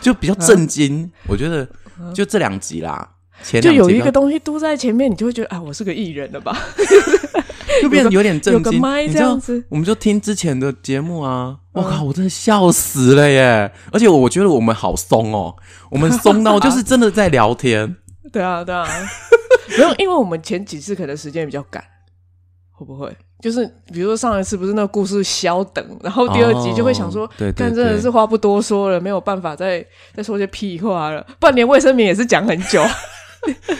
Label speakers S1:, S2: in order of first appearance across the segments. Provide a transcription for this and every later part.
S1: 就比较震惊。我觉得就这两集啦，前
S2: 嗯就
S1: 两集
S2: 有一
S1: 跟
S2: 个东西嘟在前面，你就会觉得啊，我是个艺人了吧？
S1: 就变得有点震
S2: 有个
S1: 惊，
S2: 麦
S1: 你
S2: 这
S1: 知道
S2: 样子，嗯
S1: 我们就听之前的节目啊，我靠，我真的笑死了耶！而且我觉得我们好松哦，我们松 到就是真的在聊天，
S2: 对啊，对啊， 没有，因为我们前几次可能时间比较赶，会不会？就是比如说上一次不是那个故事消等，然后第二集就会想说
S1: 哦，对对
S2: 但真的
S1: 对
S2: 是话不多说了，没有办法再再说些屁话了。半年卫生棉也是讲很久，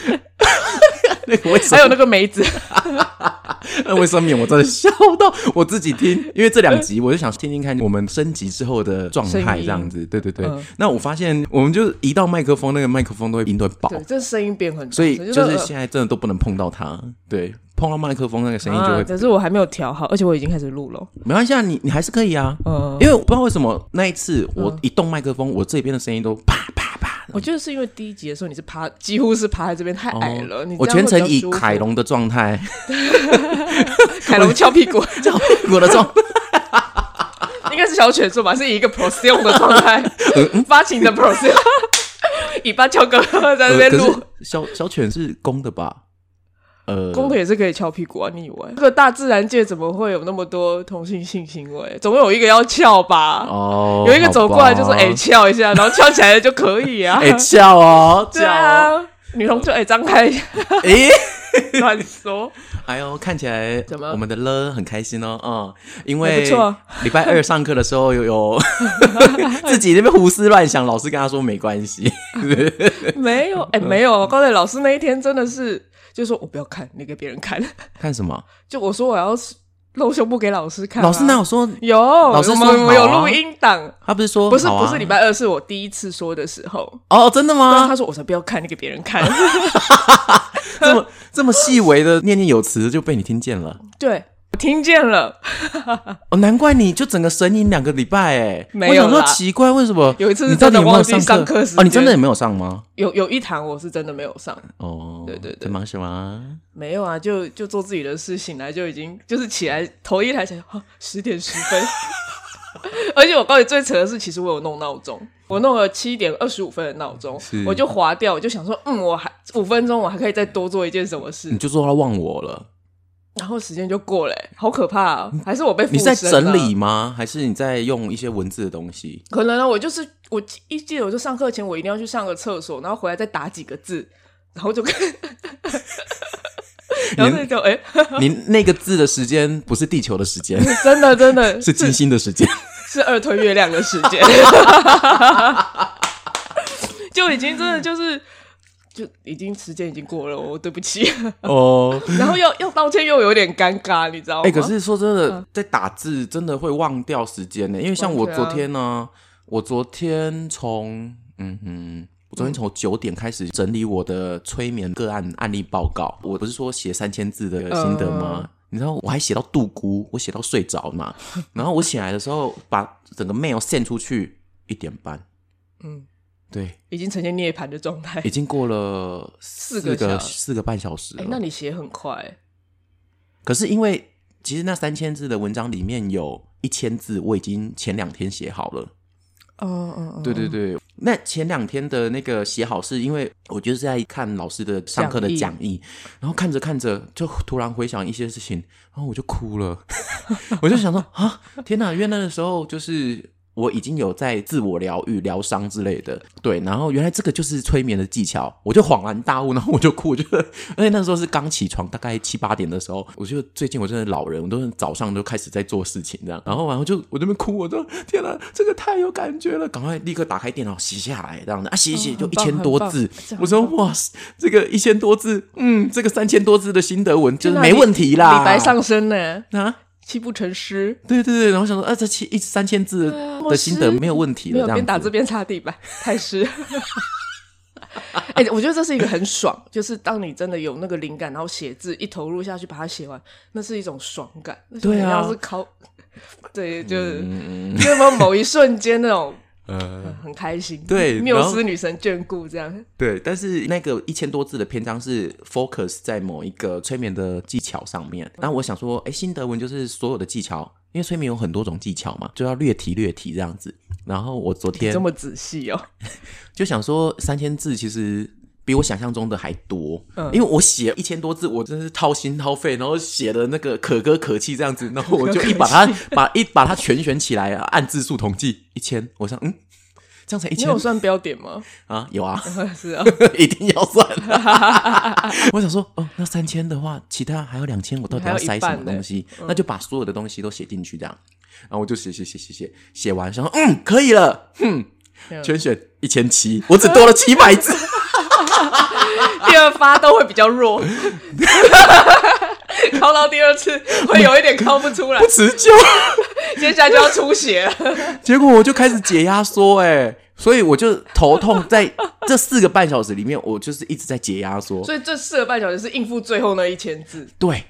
S1: 那个卫生
S2: 还有那个梅 子，
S1: 那卫生棉，我真的笑到我自己听，因为这两集我就想听听看我们升级之后的状态
S2: 声音
S1: 这样子。对对对，
S2: 嗯
S1: 那我发现我们就移到麦克风，那个麦克风都会音都会爆，
S2: 对，这声音变很大
S1: 所以
S2: 声
S1: 就是
S2: 呃
S1: 现在真的都不能碰到它。对，碰到麦克风那个声音就会、
S2: 啊，可是我还没有调好，而且我已经开始录了。
S1: 没关系，啊，你你还是可以啊。
S2: 嗯，
S1: 因为我不知道为什么那一次我一动麦克风，我这边的声音都啪啪啪。
S2: 我觉得是因为第一集的时候你是趴，几乎是趴在这边太矮了，哎你这样
S1: 哦我全
S2: 会
S1: 程
S2: 比
S1: 以
S2: 较舒服
S1: 凯龙的状态，
S2: 凯龙翘屁股，
S1: 我的状态，
S2: 应该是小犬说吧，是以一个 position 的状态，
S1: 嗯
S2: 发情的 position，尾巴翘高高在那
S1: 呃
S2: 边
S1: 可
S2: 录，
S1: 是小小犬是公的吧？呃，
S2: 公的也是可以翘屁股啊！你以为这个大自然界怎么会有那么多同性性行为？总有一个要翘吧？
S1: 哦，
S2: 有一个走过来就说：“
S1: 好吧
S2: 哎、翘一下，然后翘起来就可以 啊。
S1: 哎、叫哦，
S2: 对
S1: 叫哦，
S2: 啊，女同就哎张开一下，
S1: 哎、
S2: 乱说。
S1: 哎呦，看起来
S2: 怎么
S1: 我们的了很开心哦，嗯，因
S2: 还
S1: 为
S2: 哎不错啊
S1: 礼拜二上课的时候有 有自己那边胡思乱想，老师跟他说没关系，
S2: 没 有，哎、没有。高磊老师那一天真的是，就说我不要看，你给别人 看。
S1: 看什么？
S2: 就我说我要露胸部给老师看、啊，
S1: 老师哪有说？
S2: 有，
S1: 老师
S2: 我
S1: 说
S2: 们我
S1: 好
S2: 有
S1: 啊
S2: 录音档，
S1: 他不是说
S2: 不是、
S1: 好啊
S2: 不是礼拜二，是我第一次说的时候。
S1: 哦，真的
S2: 然后
S1: 吗？
S2: 他说：“我才不要看，你给别 人看。
S1: 这么这么细微的念念有词就被你听见了。”
S2: 对，我听见了。
S1: 哦，难怪你就整个神隐两个礼拜哎，
S2: 没有
S1: 我想说
S2: 啦
S1: 奇怪，为什么
S2: 有一次是
S1: 你到底有没有
S2: 真的忘记上课时间
S1: 哦，你真的也没有上吗？
S2: 有有一堂我是真的没有上，
S1: 哦，
S2: 对对对
S1: 在忙什么？
S2: 没有啊，就就做自己的事，醒来就已经就是起来头一抬起来，啊，十点十分。 而且我告诉你最扯的是，其实我有弄闹钟，我弄了七点二十五分的闹钟
S1: 是，
S2: 我就划掉，我就想说，嗯，我还五分钟，我还可以再多做一件什么事
S1: 你，就说他忘我了。
S2: 然后时间就过了、好可怕啊！还是我被附
S1: 嗯你在
S2: 身了
S1: 整理吗？还是你在用一些文字的东西？
S2: 可能啊呢，我就是我一记得，我就上课前我一定要去上个厕所，然后回来再打几个字，然后 就跟，然后那就哎、
S1: 你那个字的时间不是地球的时 间，
S2: 真的真 的
S1: 是金星的时间。
S2: 是二推月亮的时间， 就已经真的就是就已经时间已经过了，我对不起，
S1: 哦，
S2: 然后要要道歉又有点尴尬，你知道吗？
S1: 哎，可是说真
S2: 嗯
S1: 的，在打字真的会忘掉时间呢，因为像我
S2: 完全
S1: 昨
S2: 啊
S1: 天呢，我昨天从嗯哼。我昨天从九点开始整理我的催眠个案案例报告，我不是说写三千字的心得吗？
S2: 嗯
S1: 你知道我还写到度孤，我写到睡着 嘛。然后我起来的时候，把整个 mail 献出去一点半，
S2: 嗯，
S1: 对，
S2: 已经呈现涅槃的状态
S1: 已。经过了四
S2: 个小时
S1: 四个半小时
S2: 哎、
S1: 了。
S2: 那你写很快、
S1: 可是因为其实那三千字的文章里面有一千字我已经前两天写好了。
S2: 嗯嗯嗯，
S1: 对对对，那前两天的那个写好是因为我就是在看老师的上课的讲义，然后看着看着就突然回想一些事情，然后我就哭了，我就想说啊，天哪！因为那个时候就是。我已经有在自我疗愈、疗伤之类的，对，然后原来这个就是催眠的技巧，我就恍然大悟，然后我就 哭，我觉得，而且那时候是刚起床，大概七八点的时候，我就最近我真的老人，我都是早上都开始在做事情这样，然后然后就我这边哭，我说天哪、这个太有感觉了，赶快立刻打开电脑写下来这样子啊，写一写
S2: 哦
S1: 就
S2: 很
S1: 一
S2: 棒
S1: 千多
S2: 很棒
S1: 字
S2: 这，样
S1: 我说
S2: 很
S1: 哇，这个一千多字，嗯，这个三千多字的心得文就是
S2: 那
S1: 没问题啦，
S2: 李白上身呢，
S1: 啊。
S2: 泣不成诗。
S1: 对对对，然后想说，啊，这七一三千字的心得没有问题
S2: 啊没
S1: 了，
S2: 有
S1: 这
S2: 边
S1: 样
S2: 打
S1: 子
S2: 字边擦地板，太湿。 哎、我觉得这是一个很爽，就是当你真的有那个灵感，然后写字一投入下去，把它写完，那是一种爽感。
S1: 对啊嗯
S2: 要是考，对，就是、就是某某一瞬间那种嗯
S1: 呃，
S2: 很开心，
S1: 对
S2: 缪
S1: 然后
S2: 斯女神眷顾这样，
S1: 对，但是那个一千多字的篇章是 focus 在某一个催眠的技巧上面。那我想说，哎，新德文就是所有的技巧，因为催眠有很多种技巧嘛，就要略提略提这样子。然后我昨天
S2: 这么仔细哦，
S1: 就想说，三千字其实比我想象中的还多，
S2: 嗯
S1: 因为我写一千多字，我真是掏心掏肺，然后写的那个可歌可泣这样子，然后我就一把它把一把它全选起来，按字数统计一千，我想嗯，这样才一
S2: 你
S1: 千
S2: 有算标点吗？
S1: 啊，有啊。
S2: 是啊，
S1: 一定要算。我想说，哦，那三千的话，其他还有两千，我到底要塞什么东西？
S2: 嗯
S1: 那就把所有的东西都写进去，这样。然后我就写写写写写，写完想说，嗯，可以了，哼
S2: 嗯，
S1: 全选一千七，我只多了七百字。
S2: 第二发都会比 较弱， 敲到第二次会有一点敲不出来
S1: 不，持 久，
S2: 接下来就要出血了。
S1: 结果我就开始解压缩，哎，所以我就头痛，在这四个半小时里面，我就是一直在解压缩。
S2: 所以这四个半小时是应付最后那一千字，
S1: 对，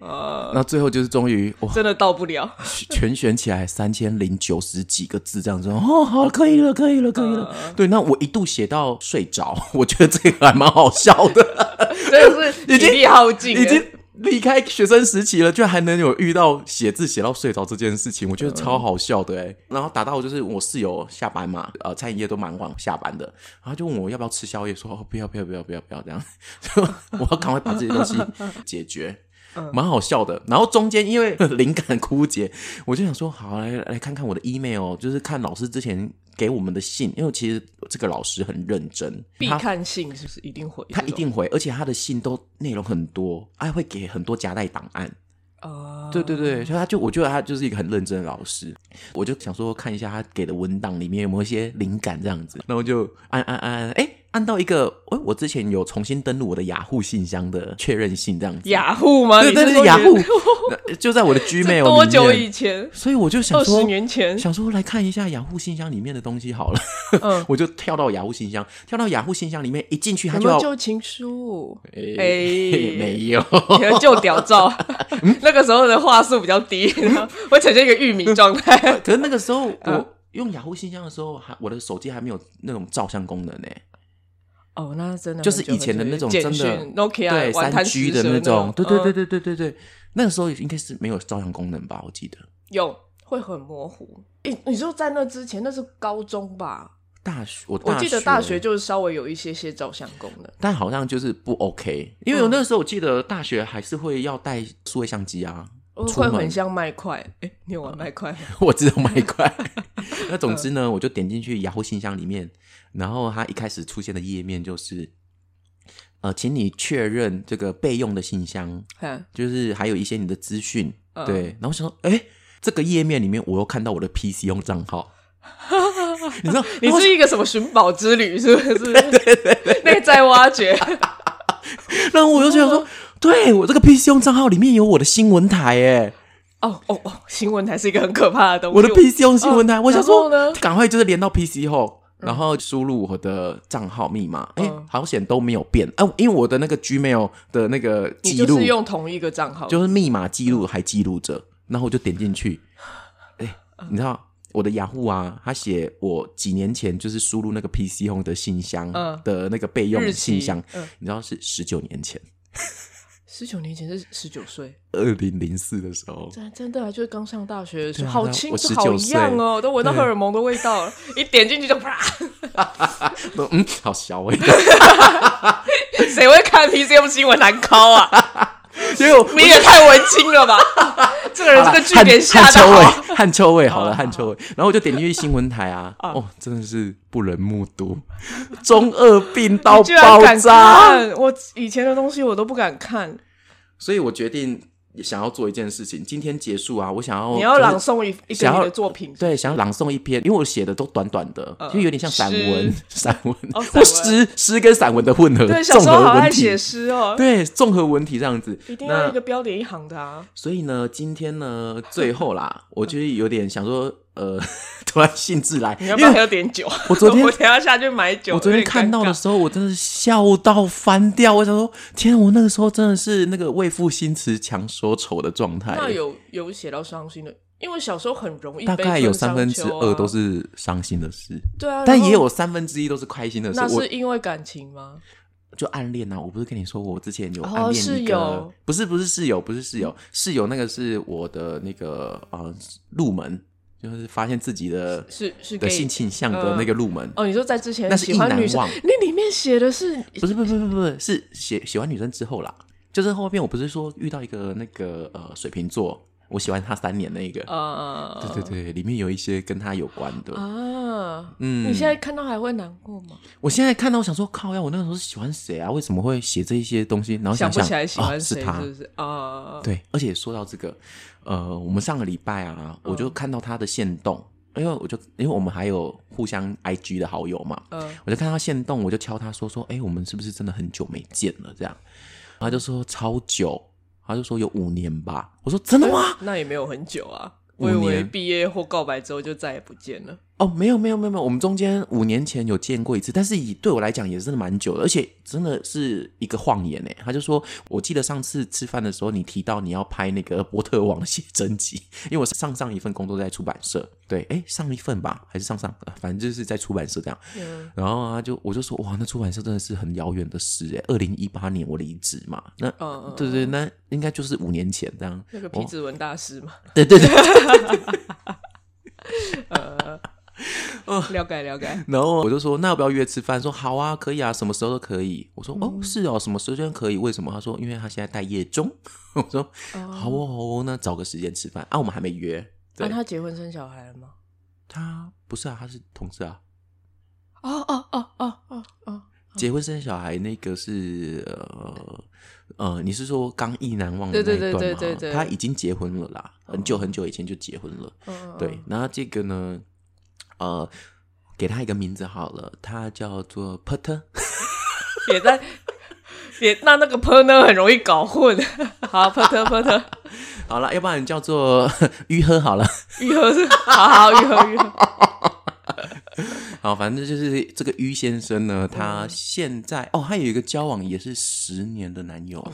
S2: 呃，
S1: 那最后就是终于哇，
S2: 真的到不了。
S1: 全选起来三千零九十几个字，这样子哦，好，可以了，可以了，可以了。对，那我一度写到睡着，我觉得这个还蛮好笑的，
S2: 真的是
S1: 已
S2: 体
S1: 经
S2: 力耗尽了，
S1: 已经离开学生时期了，居然还能有遇到写字写到睡着这件事情，我觉得超好笑的哎、然后打到就是我室友下班嘛，呃，餐饮业都蛮晚下班的，然后就问我要不要吃宵夜，说哦不要不要不要不要不要这样，就我要赶快把这些东西解决。蛮好笑的。然后中间因为灵感枯竭，我就想说，好来来看看我的 email，就是看老师之前给我们的信，因为其实这个老师很认真，
S2: 必
S1: 他
S2: 看性是不是一定会？
S1: 他一定回，而且他的信都内容很多，还会给很多夹带档案。
S2: 啊，
S1: 对对对，所以他就我觉得他就是一个很认真的老师，我就想说看一下他给的文档里面有没有一些灵感这样子，然后就按按按，按哎，按到一个，哎，我之前有重新登录我的雅虎信箱的确认信这样 子，
S2: 雅虎吗？
S1: 对
S2: 你
S1: 对
S2: 是说
S1: 对，雅虎
S2: 原
S1: 那就在我的
S2: 这
S1: Gmail
S2: 多久
S1: 里面
S2: 以前？
S1: 所以我就想
S2: 二
S1: 说
S2: 十，年前，
S1: 想说来看一下雅虎信箱里面的东西好了，
S2: 嗯
S1: 我就跳到雅虎信箱，跳到雅虎信箱里面一进去，他
S2: 有
S1: 就
S2: 没
S1: 要
S2: 有旧情书？
S1: 诶
S2: 哎
S1: 没有，
S2: 有嗯旧屌 照，那个时候的话术比较低，然 后会呈现一个玉米状态。
S1: 可是那个时候
S2: 嗯
S1: 我用雅虎信箱的时候，还我的手机还没有那种照相功能呢、
S2: 哦，那真的
S1: 就是以前的那种真的
S2: Nokia
S1: 对
S2: 晚
S1: 三
S2: 餐
S1: G 的
S2: 食神
S1: 那种，对对对
S2: 嗯
S1: 对对对对，那个时候应该是没有照相功能吧，我记得
S2: 有会很模糊。你你说在那之前，那是高中吧？
S1: 大学我
S2: 我
S1: 大
S2: 记得大学就是稍微有一些些照相功能。
S1: 但好像就是不 OK，因
S2: 嗯
S1: 为我那个时候我记得大学还是会要带数位相机啊，
S2: 我
S1: 出
S2: 会
S1: 门
S2: 很像麦块，哎、你有玩 麦块吗？
S1: 我知道麦 块。那总之
S2: 嗯
S1: 呢，我就点进去雅虎信箱里面，然后它一开始出现的页面就是，呃，请你确认这个备用的信箱，
S2: 看，
S1: 就是还有一些你的资讯，
S2: 嗯
S1: 对。然后我想说，哎、这个页面里面我又看到我的 PC 用账 号，你知道，
S2: 你
S1: 然后我
S2: 是一个什么寻宝之旅，是不 是？内在挖掘，
S1: 然后我就觉得
S2: 哦
S1: 说，对我这个 PC 用账号里面有我的新闻台，哎，
S2: 哦哦哦，新闻台是一个很可怕的东西。
S1: 我的 PC 用新闻台，
S2: 嗯
S1: 我想说
S2: 然后呢
S1: 赶快就是连到 PC 后，然后输入我的账号密码，哎、
S2: 嗯
S1: 好险都没有变啊，因为我的那个 Gmail 的那个
S2: 你
S1: 记
S2: 就
S1: 录
S2: 是用同一个账号，
S1: 就是密码记录还记录着，然后我就点进去，哎、你知道。我的雅虎啊，他写我几年前就是输入那个 PC Home 的信箱、
S2: 嗯
S1: 的那个备用
S2: 日期
S1: 信箱，
S2: 嗯
S1: 你知道是十九年前，
S2: 十九年前是十九岁，
S1: 二零零四的时候，
S2: 真真的、啊、就是刚上大学的时
S1: 对
S2: 候，
S1: 啊
S2: 好清
S1: 我
S2: 楚，好
S1: 19岁
S2: 样哦，都闻到荷尔蒙的味道了，一点进去就啪，
S1: 都嗯，好小哎、
S2: 谁会看 PCM 新闻难高啊？
S1: 结 果
S2: 你也太文 青了吧！这个人这个据点
S1: 啊汉
S2: 下
S1: 汉
S2: 的
S1: 秋
S2: 好，
S1: 伟，汉秋伟，
S2: 哦
S1: 好了，汉秋伟。欸然后我就点进去新闻台 啊，
S2: 嗯
S1: 哦，真的是不忍目睹，中二病到
S2: 你居然
S1: 爆
S2: 敢啊
S1: 炸。
S2: 看！我以前的东西我都不敢看。
S1: 所以我决定想要做一件事情，今天结束啊，我想要
S2: 你要
S1: 就是
S2: 朗诵一一个
S1: 想
S2: 你
S1: 要
S2: 的作品，
S1: 对，想要朗诵一篇，因为我写的都短短的，就有点像散文， 散文
S2: 嗯哦散
S1: 或
S2: 文
S1: 诗诗跟散文的混合，
S2: 对，小
S1: 综
S2: 时候
S1: 合
S2: 好爱
S1: 文
S2: 写
S1: 体，
S2: 诗哦，
S1: 对，综合文体这样子，
S2: 一定
S1: 那
S2: 要一个标点一行的啊。
S1: 所以呢，今天呢，最后啦， 我就是有点想说，呃， 突然兴致来，
S2: 你
S1: 因
S2: 要不要
S1: 为
S2: 喝点酒？
S1: 我昨天
S2: 我等一下下去买酒。
S1: 我昨天看到
S2: 有
S1: 的
S2: 点尴尬
S1: 时候，我真的是笑到翻掉。我想说，天啊，我那个时候真的是那个为赋新词强说愁的状态。
S2: 那有有写到伤心的，因为小时候很容易
S1: 大
S2: 被
S1: 概有
S2: 春
S1: 三
S2: 伤
S1: 分之
S2: 秋啊
S1: 二都是伤心的事，
S2: 对啊，
S1: 但
S2: 然后
S1: 也有三分之一都是开心的事。
S2: 那
S1: 我
S2: 是因为感情吗？
S1: 就暗恋啊，我不是跟你说我之前有
S2: 哦
S1: 暗恋
S2: 室
S1: 一个，
S2: 友
S1: 不是不是室友，不是室友，室友那个是我的那个呃入门，就是发现自己的
S2: 是是
S1: 的
S2: gay
S1: 性倾向的那个入门。
S2: 哦，你说在之前
S1: 那是
S2: 喜
S1: 意
S2: 欢
S1: 难
S2: 女生
S1: 忘，
S2: 那里面写的是
S1: 不是不是不是不是是喜喜欢女生之后啦，就是后面我不是说遇到一个那个呃水瓶座，我喜欢他三年那个，
S2: 呃，
S1: 对对对，里面有一些跟他有关的。
S2: 啊，
S1: 嗯
S2: 你现在看到还会难过吗？
S1: 我现在看到我想说靠呀，我那个时候是喜欢谁啊？为什么会写这一些东西？然后
S2: 想
S1: 想
S2: 不起来喜
S1: 哦
S2: 欢
S1: 是
S2: 谁，
S1: 他
S2: 是不是啊？
S1: 对，而且说到这个，呃，我们上个礼拜啊，
S2: 嗯
S1: 我就看到他的线动，因为我就因为我们还有互相 IG 的好友嘛，
S2: 嗯
S1: 我就看到线动，我就敲他说说，哎、我们是不是真的很久没见了？这样，然后他就说超久，他就说有五年吧。我说真的吗？
S2: 那也没有很久啊，
S1: 五
S2: 我以为
S1: 年
S2: 毕业或告白之后就再也不见了。
S1: 哦，没有没有没有没有，我们中间五年前有见过一次，但是以对我来讲也是真的蛮久的，而且真的是一个谎言哎。他就说，我记得上次吃饭的时候你提到你要拍那个波特王的写真集，因为我上上一份工作在出版社，对，哎，上一份吧，还是上上，呃反正就是在出版社这样。
S2: 嗯
S1: 然后他就我就说，哇，那出版社真的是很遥远的事哎，二零一八年我离职嘛，那、
S2: 嗯嗯
S1: 对对，那应该就是五年前这样。
S2: 那个皮质纹大师嘛，
S1: 对对对，哦
S2: 嗯了解了解。
S1: 然后我就说，那要不要约吃饭？说好啊，可以啊，什么时候都可以。我说
S2: 嗯
S1: 哦，是哦，什么时间可以？为什么？他说，因为他现在待业中。 我说
S2: 嗯
S1: 好哦，好哦，那找个时间吃饭啊。我们还没约。对，
S2: 那他结婚生小孩了吗？
S1: 他不是啊，他是同事啊。
S2: 哦哦哦哦哦哦，
S1: 结婚生小孩那个是呃呃，你是说刚意难忘的
S2: 对
S1: 那一
S2: 对
S1: 段吗？
S2: 对对对对哦
S1: 他已经结婚了啦，很久很久以前就结婚了。
S2: 嗯
S1: 对，，那这个呢，呃，给他一个名字好了，他叫做 Peter。
S2: 也在 也那那个 p 呢很容易搞混。 好 p 特 p 特，
S1: 好了，要不然叫做 鱼喝好了。
S2: 愈合是好好愈合愈合。
S1: 好，反正就是这个于先生呢，
S2: 嗯
S1: 他现在、哦，他有一个交往也是十年的男友了，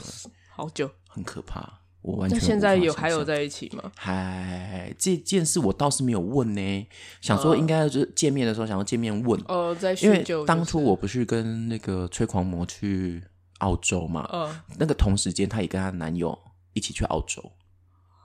S2: 好久，
S1: 很可怕。我完
S2: 哦那
S1: 全
S2: 现
S1: 无
S2: 在
S1: 法
S2: 有
S1: 想
S2: 还有
S1: 象。
S2: 在一起吗？
S1: 嗨，这件事我倒是没有问呢，想说应该就是见面的时候想要见面问，
S2: 嗯哦，在叙
S1: 因为
S2: 旧，
S1: 当初我不是跟那个吹狂魔去澳洲嘛，
S2: 嗯
S1: 那个同时间她也跟她男友一起去澳洲，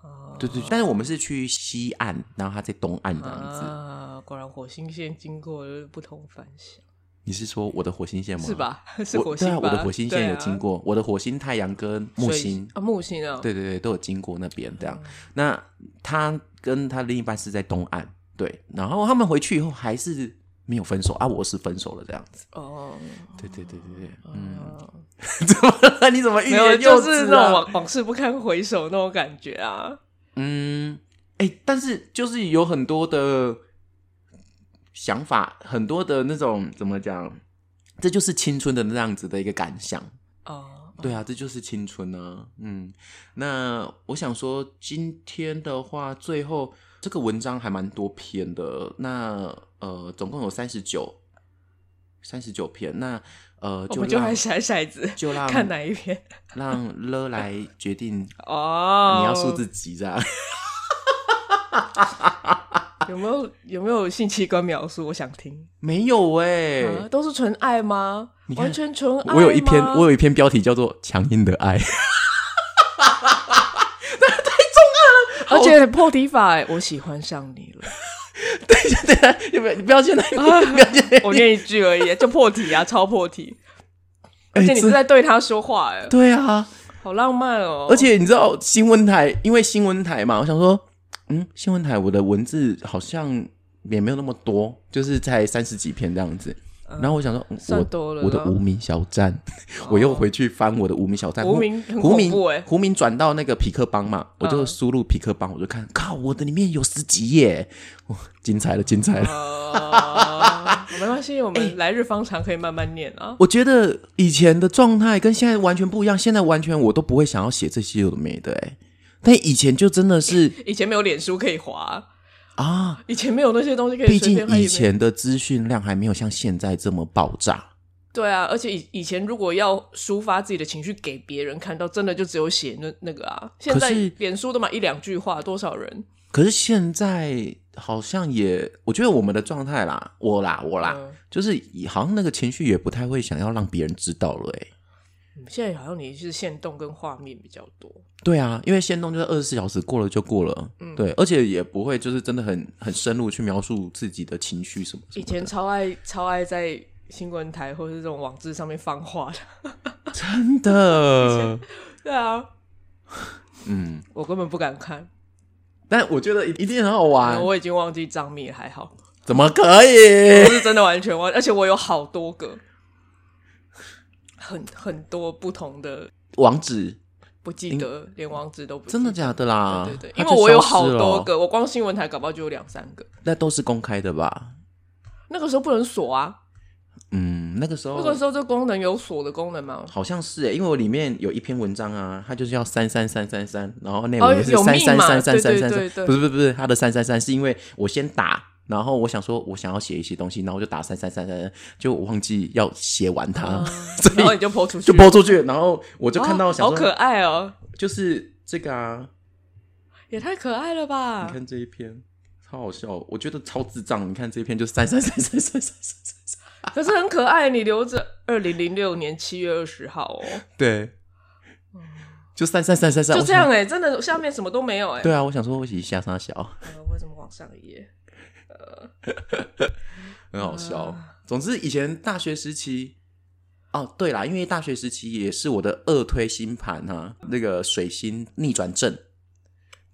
S2: 哦
S1: 对对，对但是我们是去西岸，然后她在东岸这样子。
S2: 啊，果然火星线经过了不同凡响，
S1: 你是说我的火星线吗？
S2: 是？吧？ 是
S1: 我
S2: 火
S1: 对
S2: 星
S1: 啊，
S2: 吧？
S1: 我的火星线有
S2: 对啊
S1: 经过，我的火星、太阳跟木
S2: 水
S1: 星，
S2: 啊，木星哦啊，，
S1: 对对对，都有经过那边这样。那他跟他另一半是在东岸，对，然后他们回去以后还是没有分手啊，我是分手了这样子。
S2: 哦，
S1: 对对对对对，嗯，
S2: 嗯，
S1: 怎么了？你怎么欲
S2: 没有，
S1: 言
S2: 就
S1: 又止
S2: 是那种
S1: 啊？
S2: 往往事不堪回首那种感觉啊。
S1: 嗯，哎、但是就是有很多的想法，很多的那种怎么讲，这就是青春的那样子的一个感想。
S2: 哦，
S1: 对啊，这就是青春啊。嗯，那我想说，今天的话，最后这个文章还蛮多篇的，那呃，总共有三十九，三十九篇。那呃，
S2: 我
S1: 就
S2: 们就
S1: 让
S2: 来骰骰子，
S1: 就让
S2: 看哪一篇。
S1: 让了来决定
S2: 哦，
S1: 你要数自己这样。
S2: 有没有有没有性器官描述？我想听。
S1: 没有哎、
S2: 啊都是纯爱吗？
S1: 你看
S2: 完全纯爱吗？
S1: 我有一篇，我有一篇标题叫做《强硬的爱》。
S2: 而
S1: 哦
S2: 且破题法哎，我喜欢上你 了。
S1: 等一下，等一下，啊你不要，你不要去那
S2: 哦
S1: 里，你不要去那里。
S2: 我念一句而已，就破题啊，超破题。而
S1: 哎
S2: 且你
S1: 这
S2: 是在对他说话哎，
S1: 对啊，
S2: 好浪漫哦。
S1: 而且你知道新闻台，因为新闻台嘛，我想说，嗯，新闻台我的文字好像也没有那么多，就是才三十几篇这样子。然后我想说，嗯
S2: 算多了
S1: 我我的
S2: 啦
S1: 无名小站，我又回去翻我的无名小站，
S2: 无名很
S1: 胡明
S2: 恐怖欸嗯
S1: 胡明转到那个匹克邦嘛，我就输入匹克邦，我就看，靠，我的里面有十几页，哇，精彩了，精彩
S2: 嗯
S1: 了。
S2: 哦，没关系，我们
S1: 哎
S2: 来日方长，可以慢慢念啊。
S1: 我觉得以前的状态跟现在完全不一样，现在完全我都不会想要写这些有的没的哎、但以前就真的是
S2: 以前没有脸书可以滑，
S1: 啊，
S2: 以前没有那些东西可以
S1: 毕
S2: 随
S1: 竟
S2: 便看
S1: 以
S2: 影片。
S1: 前的资讯量还没有像现在这么爆炸。
S2: 对啊，而且以以前如果要抒发自己的情绪给别人看到，真的就只有写那那个啊。现在
S1: 可是
S2: 脸书都嘛一两句话，多少人？
S1: 可是现在好像也，我觉得我们的状态啦，我啦，我啦，
S2: 嗯
S1: 就是好像那个情绪也不太会想要让别人知道了、欸，
S2: 嗯现在好像你是限动跟画面比较多，
S1: 对啊，因为限动就是二十四小时过了就过了，
S2: 嗯
S1: 对，而且也不会就是真的很很深入去描述自己的情绪什么什
S2: 以
S1: 么的
S2: 前超爱超爱在新闻台或是这种网志上面放话的。
S1: 真的，
S2: 对啊，
S1: 嗯，
S2: 我根本不敢看，
S1: 但我觉得一定很好玩，
S2: 嗯我已经忘记账密了还好，
S1: 怎么可
S2: 我
S1: 以？
S2: 是真的完全忘，而且我有好多个，很很多不同的，
S1: 网址
S2: 不记得，连网址都不记
S1: 真
S2: 得
S1: 的假的啦？
S2: 对对对，
S1: 它
S2: 因
S1: 就
S2: 为我有
S1: 消失
S2: 好
S1: 了
S2: 多，个，我光新闻台搞不好就有两三个。
S1: 那都是公开的吧？
S2: 那个时候不能锁啊，
S1: 嗯，那个时候，
S2: 那个时候这功能有锁的功能吗？
S1: 好像是诶，因为我里面有一篇文章啊，它就是要三三三三三，然后内
S2: 哦
S1: 容也是
S2: 有
S1: 三
S2: 密
S1: 三
S2: 码
S1: 三三
S2: 对
S1: 三
S2: 对
S1: 三
S2: 对对
S1: 三，不是不是不是，它的三三三是因为我先打，然后我想说我想要写一些东西，然后我就打三三三三，就我忘记要写完它，啊 所
S2: 嗯然后你
S1: 以
S2: 就抛出去，
S1: 就播出去，然后我就
S2: 哦
S1: 看到想
S2: 好可
S1: 说
S2: 爱哦，
S1: 就是这个啊，
S2: 也太可爱了吧
S1: 你！看这一篇。超好笑，我觉得超智障。你看这一篇就三三三三三三三三，
S2: 可是很可爱，你留着二零零六年七月二十号哦，
S1: 对，就三三三三三，
S2: 就
S1: 我
S2: 这
S1: 想
S2: 样哎、真的下面什么都没有哎、
S1: 对啊，我想说我写下沙小。
S2: 呃，为什么往上一页？
S1: 很好笑。
S2: 啊
S1: 总之，以前大学时期，哦，对啦，因为大学时期也是我的二推星盘啊，那个水星逆转阵，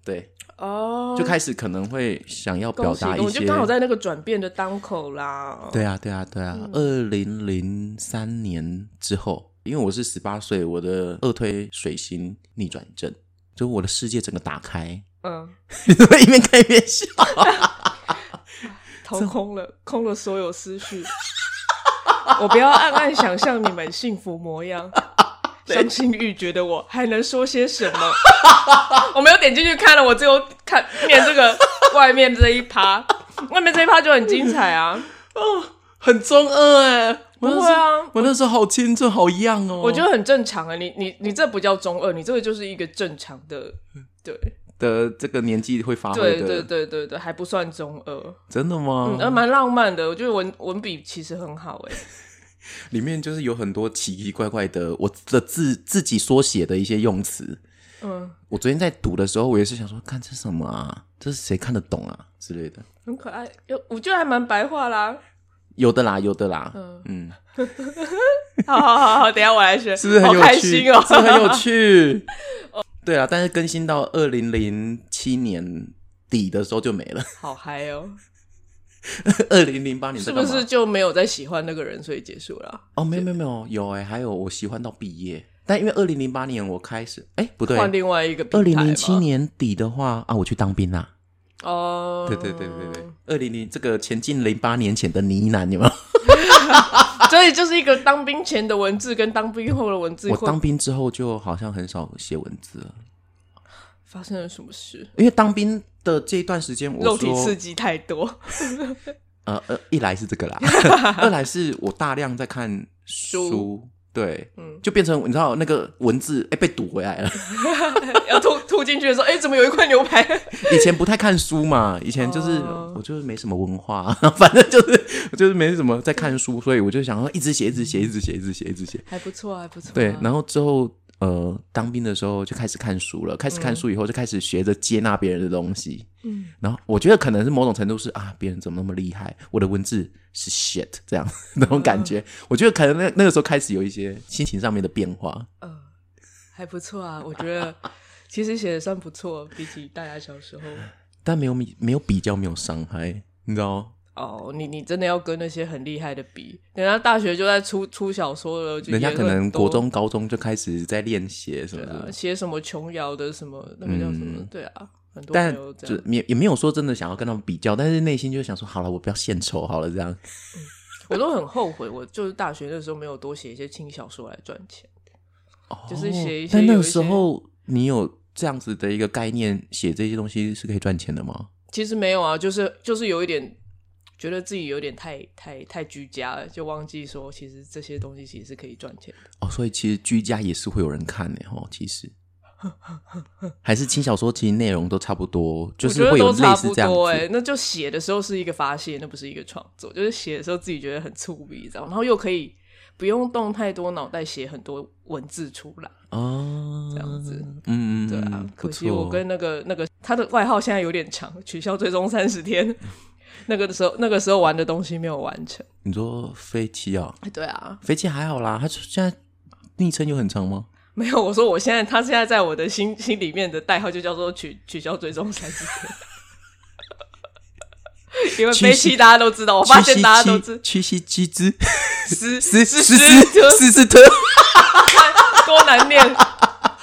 S1: 对，
S2: 哦，
S1: 就开始可能会想要表
S2: 恭喜
S1: 达
S2: 恭
S1: 一
S2: 喜，
S1: 些
S2: 就。刚好在嗯那个转变的当口啦。
S1: 对啊，对啊，对啊，二零零三年之后，因为我是十八岁，我的二推水星逆转阵，就是我的世界整个打开，
S2: 嗯，
S1: 你怎么一边看一边笑？
S2: 掏空了，空了所有思绪。 我不要暗暗想象你们幸福模 样，伤心欲绝的我还能说些 什么？我没有点进去看了，我只有看念这个外面这一趴，外面这一趴就很精彩啊！
S1: 很中二哎、我那时候
S2: 不会啊
S1: 我那时候好青春，好样哦。
S2: 我觉得很正常啊，你你你这不叫中二，你这个就是一个正常的，
S1: 嗯
S2: 对
S1: 的这个年纪会发挥的，
S2: 对对对对对，还不算中二。
S1: 真的吗
S2: 嗯，？呃，蛮浪漫的。我觉得文文笔其实很好哎、
S1: 里面就是有很多奇奇怪怪的，我的自自己缩写的一些用词。
S2: 嗯，
S1: 我昨天在读的时候，我也是想说，看这什么啊？这是谁看得懂啊之类的？
S2: 很可爱。有我觉得还蛮白话啦。
S1: 有的啦，有的啦，
S2: 嗯
S1: 嗯
S2: 好好好好，等一下我来学，
S1: 是不是很
S2: 好
S1: 有
S2: 开
S1: 趣？
S2: 心哦、 哦
S1: 是不是很有趣？对啊，但是更新到二零零七年底的时候就没了。
S2: 好嗨哦、
S1: 二零零八年
S2: 是
S1: 在
S2: 不
S1: 干嘛？
S2: 是就没有再喜欢那个人，所以结束了啊？
S1: 哦，没有没有没有，有哎、还有我喜欢到毕业，但因为二零零八年我开始，哎、不对，
S2: 换另外一个
S1: 二
S2: 平台
S1: 零
S2: 嘛
S1: 零七年底的话啊，我去当兵啦。
S2: 哦，
S1: 对对对对对，二零零这个前进零八年前的呢喃，有没有？
S2: 啊所以就是一个当兵前的文字跟当兵后的文字
S1: 我
S2: 会
S1: 当兵之后就好像很少写文字了，
S2: 发生了什么事？
S1: 因为当兵的这一段时间，我
S2: 肉体
S1: 说
S2: 刺激太多，
S1: 呃呃，一来是这个啦，二来是我大量在看
S2: 书
S1: 书，对，
S2: 嗯
S1: 就变成你知道那个文字哎、被堵回来了。
S2: 要吐吐进去的时候，哎、怎么有一块牛排？
S1: 以前不太看书嘛，以前就是、
S2: 哦
S1: 我就是没什么文化， 反正就是我就是没什么在看书，所以我就想说一直写，一直写，一直写，一直写，一直写。
S2: 还不错啊，还不错啊、
S1: 对，然后之后呃，当兵的时候就开始看书了，开始看书以后就开始学着接纳别人的东西。
S2: 嗯，
S1: 然后我觉得可能是某种程度是啊，别人怎么那么厉害，我的文字是 shit 这样 那种感
S2: 嗯
S1: 觉。我觉得可能那那个时候开始有一些心情上面的变化。
S2: 嗯，还不错啊，我觉得其实写的算不错，比起大家小时候。
S1: 但没有比没有比较，没有伤害，你知道
S2: 哦，你你真的要跟那些很厉害的比，人家大学就在出出小说了，就
S1: 人家
S2: 也
S1: 可能
S2: 很多
S1: 国中、高中就开始在练写什么
S2: 对
S1: 的，
S2: 啊写什么琼瑶的什么那个叫什么，
S1: 嗯
S2: 对啊，很多
S1: 但
S2: 朋友这
S1: 就
S2: 样。
S1: 也也没有说真的想要跟他们比较，但是内心就想说，好了，我不要献丑好了，这样。
S2: 我都很后悔，我就是大学的时候没有多写一些轻小说来赚钱。就是写一
S1: 哦
S2: 些
S1: 但那
S2: 有
S1: 个
S2: 一
S1: 时
S2: 些
S1: 候你有这样子的一个概念，写这些东西是可以赚钱的吗？
S2: 其实没有啊，就是就是有一点觉得自己有点太太太居家了，就忘记说其实这些东西其实是可以赚钱的。
S1: 哦，所以其实居家也是会有人看的哦。其实还是轻小说其实内容都差不多，就
S2: 我觉
S1: 是
S2: 得
S1: 会有
S2: 都
S1: 类
S2: 差
S1: 似
S2: 不
S1: 这样
S2: 多
S1: 子。
S2: 哎、那就写的时候是一个发泄，那不是一个创作，就是写的时候自己觉得很粗鄙，这样，然后又可以不用动太多脑袋写很多文字出来，
S1: 哦，
S2: 欸这样子
S1: 嗯，嗯，嗯
S2: 对啊，
S1: 嗯
S2: 可
S1: 不
S2: 惜
S1: 错。
S2: 我跟那个那个他的外号现在有点长，取消追踪三十天。 那个的时候，那个时候玩的东西没有完成。
S1: 你说飞机啊，
S2: 对啊，
S1: 飞机还好啦，他现在昵称有很长吗？
S2: 没有。我说我现在，他现在在我的心心里面的代号就叫做取取消追踪三十天。 因为悲戚大家都知哦道，我发现大家都知
S1: 屈膝鸡 之
S2: 思
S1: 斯斯
S2: 思思
S1: 斯
S2: 思，
S1: 斯斯特，
S2: 多 难念啊！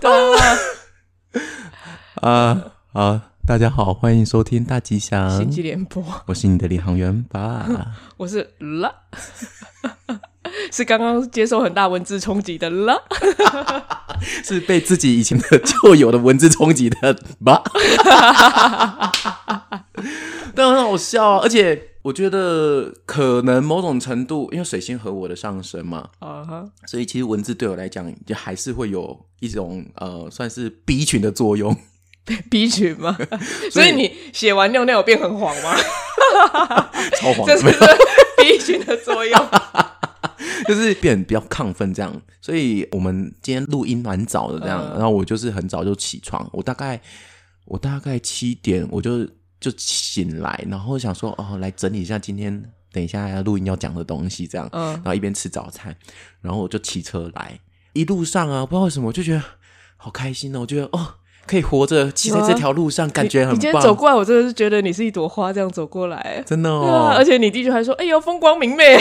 S2: 对啊，
S1: 啊啊！大家好，欢迎收听大吉
S2: 星
S1: 祥，
S2: 际联播，
S1: 我是你的领航员爸。
S2: 我是了，是刚刚接受很大文字冲击的了。
S1: 是被自己以前的旧有的文字冲击的吧？ 但很好笑啊！而且我觉得可能某种程度，因为水星和我的上升嘛，
S2: 啊哈，
S1: 所以其实文字对我来讲，就还是会有一种呃，算是 B 群的作用。
S2: B 群吗？
S1: 所
S2: 所
S1: 以
S2: 以你写完尿尿有变很黄吗？
S1: 超黄
S2: 这是
S1: 没
S2: 不
S1: 有
S2: 是 B 群的作用？
S1: 就是变得比较亢奋这样。所以我们今天录音蛮早的这样，
S2: 嗯
S1: 然后我就是很早就起床，我大概我大概七点我就就醒来，然后想说哦，来整理一下今天等一下要录音要讲的东西这样，
S2: 嗯
S1: 然后一边吃早餐，然后我就骑车来，一路上啊，不知道为什么我就觉得好开心哦，我觉得哦。可以活着，骑在
S2: 有啊
S1: 这条路上， 感觉
S2: 你
S1: 很
S2: 今天走
S1: 棒，
S2: 过来，我真的是觉得你是一朵花，这样走过来。
S1: 真的
S2: 对啊，而
S1: 哦。
S2: 且你弟就还说：“哎呦，风光明媚。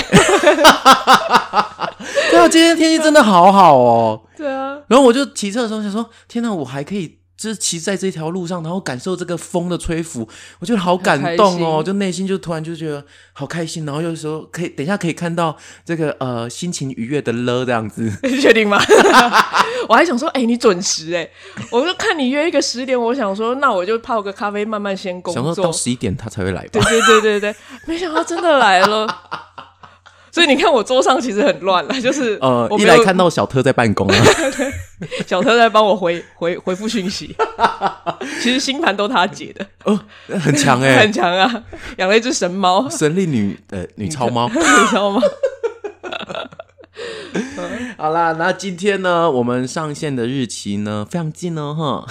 S1: 对啊，今天天气真的好好哦。”
S2: 对啊，
S1: 然后我就骑车的时候想说，天哪，我还可以就是骑在这条路上，然后感受这个风的吹拂，我觉得好感动哦，
S2: 很开心
S1: 就内心就突然就觉得好开心，然后有时候可以等一下可以看到这个呃心情愉悦的了这样子，
S2: 确定吗？ 我还想说，哎、你准时哎、我就看你约一个十点，我想说，那我就泡个咖啡，慢慢先工
S1: 想说到
S2: 作。
S1: 十一点他才会来吧
S2: 对。对对对对，没想到真的来了。所以你看，我桌上其实很乱了，就是
S1: 呃
S2: 我，
S1: 一
S2: 没有
S1: 来看到小特在办公啊，
S2: 小特在帮我回回回复讯息， 其实星盘都他解的，
S1: 哦， 很强哎、
S2: 很强啊，养了一只神猫，
S1: 神力女呃女超猫。
S2: 你知道吗？
S1: 好啦，那今天呢，我们上线的日期呢非常近哦，哈，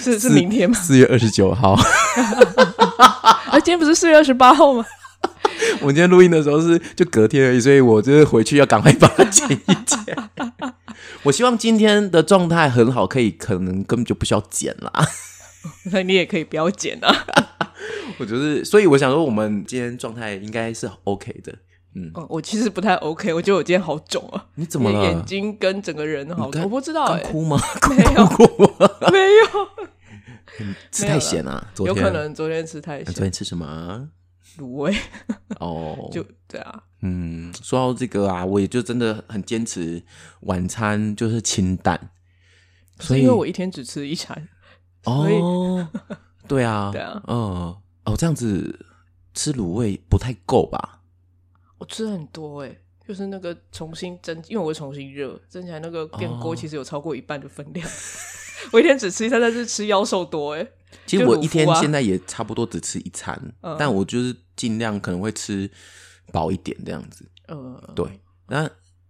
S2: 是是明天吗？
S1: 四月二十九号。
S2: 啊，今天不是四月二十八号吗？
S1: 我今天录音的时候是就隔天而已，所以我就是回去要赶快把它剪一剪。 我希望今天的状态很好，可以可能根本就不需要剪啦。
S2: 那你也可以不要剪啊。
S1: 我就是，所以我想说，我们今天状态应该是 OK 的。
S2: 哦，我其实不太 OK，我觉得我今天好肿啊，
S1: 你怎么了？
S2: 眼睛跟整个人好
S1: 你刚
S2: 肿，我不知道
S1: 刚
S2: 哎、
S1: 哭吗？哭
S2: 没有
S1: 哭哭，
S2: 没有，
S1: 吃太咸啊！昨
S2: 有
S1: 天
S2: 可能昨天吃太
S1: 那昨
S2: 咸
S1: 天吃什么啊？
S2: 卤味，
S1: 哦，
S2: 就对啊，
S1: 嗯，说到这个啊，我也就真的很坚持晚餐就是清淡，所
S2: 是
S1: 以
S2: 因为我一天只吃一餐，所以
S1: 哦，对 啊，
S2: 对啊
S1: 嗯，哦，这样子吃卤味不太够吧？
S2: 我吃很多哎、就是那个重新蒸，因为我会重新热蒸起来，那个电
S1: 哦
S2: 锅其实有超过一半的分量。 我一天只吃一餐，但是吃腰瘦多哎、
S1: 其实我
S2: 就卤
S1: 一天
S2: 肤啊
S1: 现在也差不多只吃一餐，
S2: 嗯
S1: 但我就是尽量可能会吃饱一点这样子。
S2: 呃，
S1: 对，那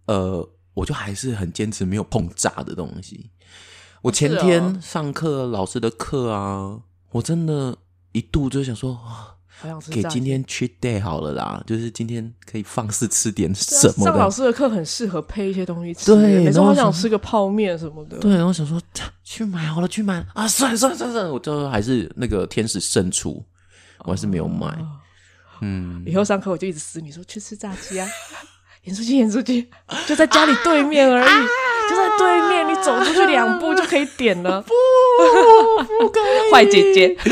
S1: 呃，我就还是很坚持没有碰炸的东西。我前
S2: 是哦
S1: 天上课、老师的课啊，我真的一度就想说啊。
S2: 好想吃
S1: 给
S2: 炸
S1: 今
S2: 鸡
S1: 天 cheat day 好了啦，就是今天可以放肆吃点
S2: 对啊
S1: 什么的。
S2: 上老师的课很适合配一些东西吃，欸
S1: 对
S2: 每次
S1: 然后
S2: 我
S1: 想
S2: 想吃个泡面什么的。
S1: 对，然后想说啊去买好了，去买啊，算了算了算了算了，我最后还是那个天使胜出，我还是没有买。
S2: 哦
S1: 嗯，
S2: 以后上课我就一直撕你说去吃炸鸡啊，演出去演出去，就在家里对面而已，就在对面，你走出去两步就可以点
S1: 啊
S2: 了。不，
S1: 不可以
S2: 坏姐姐，